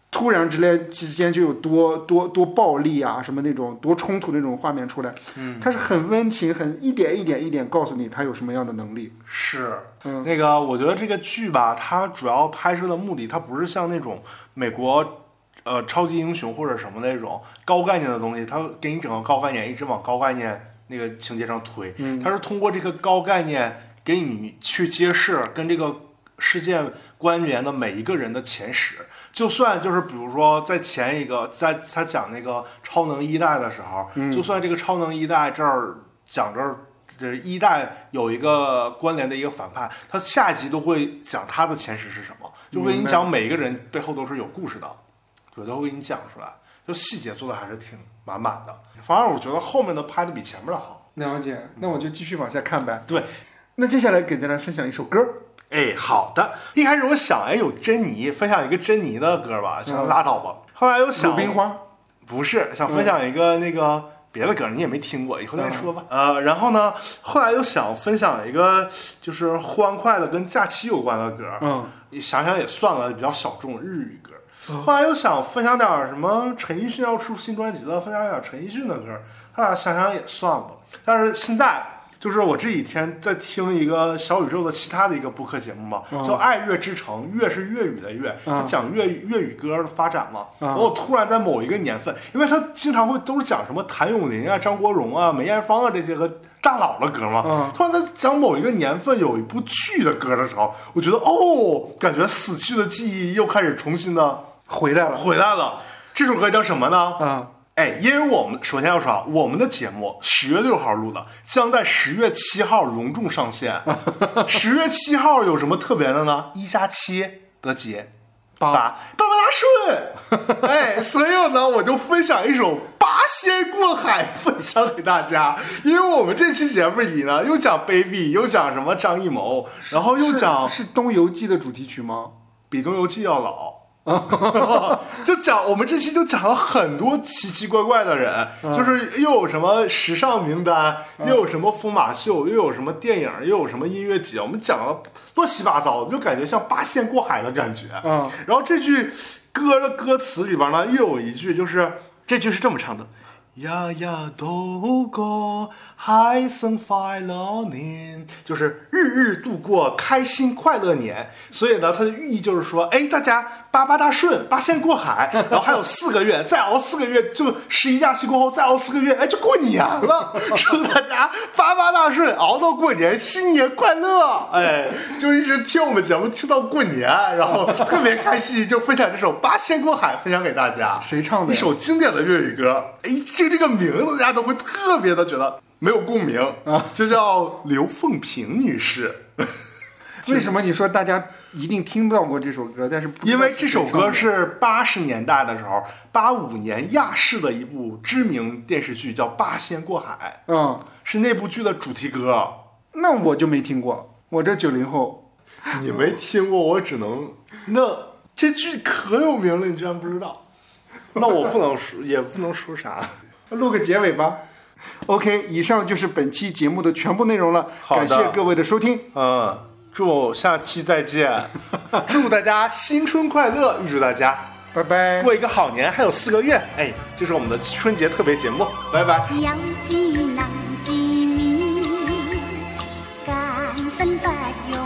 [SPEAKER 1] 突然之间之间就有多多多暴力啊，什么那种多冲突那种画面出来。
[SPEAKER 2] 嗯，
[SPEAKER 1] 他是很温情，很一点一点一点告诉你他有什么样的能力。
[SPEAKER 2] 是。
[SPEAKER 1] 嗯
[SPEAKER 2] 那个，我觉得这个剧吧，它主要拍摄的目的，它不是像那种美国。呃，超级英雄或者什么那种高概念的东西，它给你整个高概念，一直往高概念那个情节上推。
[SPEAKER 1] 嗯
[SPEAKER 2] 它是通过这个高概念给你去揭示跟这个事件关联的每一个人的前史。就算就是比如说在前一个，在他讲那个超能一代的时候，
[SPEAKER 1] 嗯
[SPEAKER 2] 就算这个超能一代这儿讲这儿。这一代有一个关联的一个反派，他下一集都会讲他的前史是什么，就会
[SPEAKER 1] 明
[SPEAKER 2] 你
[SPEAKER 1] 白
[SPEAKER 2] 讲每一个人背后都是有故事的，对，都会给你讲出来，就细节做的还是挺满满的。反而我觉得后面的拍的比前面的好。
[SPEAKER 1] 了解，那我就继续往下看呗。
[SPEAKER 2] 对，
[SPEAKER 1] 那接下来给大家分享一首歌儿，
[SPEAKER 2] 哎，好的。一开始我想，哎，有珍妮，分享一个珍妮的歌吧，想
[SPEAKER 1] 嗯
[SPEAKER 2] 拉倒吧。后来又
[SPEAKER 1] 《鲁
[SPEAKER 2] 想，
[SPEAKER 1] 冰花
[SPEAKER 2] 不是想分享一个那个别的歌，你也没听过，以后再
[SPEAKER 1] 嗯
[SPEAKER 2] 说吧。呃，然后呢，后来又想分享一个就是欢快的跟假期有关的歌》。，
[SPEAKER 1] 嗯，
[SPEAKER 2] 你想想也算了，比较小众日语歌。后来又想分享点儿什么，陈奕迅要出新专辑了，分享点儿陈奕迅的歌。啊，想想也算了。但是现在就是我这几天在听一个小宇宙的其他的一个播客节目嘛，
[SPEAKER 1] 嗯
[SPEAKER 2] 叫《爱乐之城》，乐是粤语的乐，
[SPEAKER 1] 嗯
[SPEAKER 2] 它讲粤语粤语歌的发展嘛。
[SPEAKER 1] 嗯
[SPEAKER 2] 然后突然在某一个年份，因为他经常会都是讲什么谭咏麟啊、张国荣啊、梅艳芳啊这些个大佬的歌嘛。
[SPEAKER 1] 嗯
[SPEAKER 2] 突然在讲某一个年份有一部剧的歌的时候，我觉得哦，感觉死去的记忆又开始重新的
[SPEAKER 1] 回来了
[SPEAKER 2] 回来了。这首歌叫什么呢？
[SPEAKER 1] 啊。
[SPEAKER 2] 哎，因为我们首先要说啊，我们的节目十月六号录的，将在十月七号隆重上线。十月七号有什么特别的呢？一加七的节，
[SPEAKER 1] 八
[SPEAKER 2] 八爸爸大顺。哎，所以呢，我就分享一首《八仙过海》分享给大家，因为我们这期节目里呢，又讲 baby，又讲什么张艺谋，然后又讲
[SPEAKER 1] 是是《东游记》的主题曲吗？
[SPEAKER 2] 比《东游记》要老。 就讲我们这期就讲了很多奇奇怪怪的人，就是又有什么时尚名单，又有什么疯马秀，又有什么电影，又有什么音乐节，我们讲了乱七八糟，就感觉像八仙过海的感觉。
[SPEAKER 1] 嗯
[SPEAKER 2] 然后这句歌的歌词里边呢，又有一句就是这句是这么唱的：日日度过，海生快乐年，就是日日度过开心快乐年。所以呢，它的寓意就是说，哎，大家八八大顺，八仙过海， 然后还有四个月，再熬四个月，就十一假期过后再熬四个月，哎，就过年了。 祝大家八八大顺，熬到过年，新年快乐！哎，就一直听我们节目听到过年，然后特别开心，就分享这首《八仙过海》分享给大家。
[SPEAKER 1] 谁唱的呀
[SPEAKER 2] 一首经典的粤语歌，哎，经听这个名字，大家都会特别的觉得没有共鸣啊。就叫刘凤屏女士，
[SPEAKER 1] 为什么你说大家一定听到过这首歌，但是不知道
[SPEAKER 2] 因为
[SPEAKER 1] 是
[SPEAKER 2] 这首
[SPEAKER 1] 谁唱
[SPEAKER 2] 歌
[SPEAKER 1] 的
[SPEAKER 2] 是八十年代的时候，八五年亚视的一部知名电视剧叫《八仙过海
[SPEAKER 1] 嗯，》，
[SPEAKER 2] 是那部剧的主题歌。
[SPEAKER 1] 那我就没听过，我这九零后，
[SPEAKER 2] 你没听过，我只能那这剧可有名了，你居然不知道？ 那我不能说，也不能说啥。
[SPEAKER 1] 录个结尾吧。OK，以上就是本期节目的全部内容了，
[SPEAKER 2] 好
[SPEAKER 1] 感
[SPEAKER 2] 的
[SPEAKER 1] 谢各位的收听。
[SPEAKER 2] 嗯，祝下期再见，祝大家新春快乐，预祝大家
[SPEAKER 1] 拜拜。
[SPEAKER 2] 过一个好年，还有四个月。哎，这是我们的春节特别节目，拜拜。
[SPEAKER 3] 有志能自勉，艰辛不容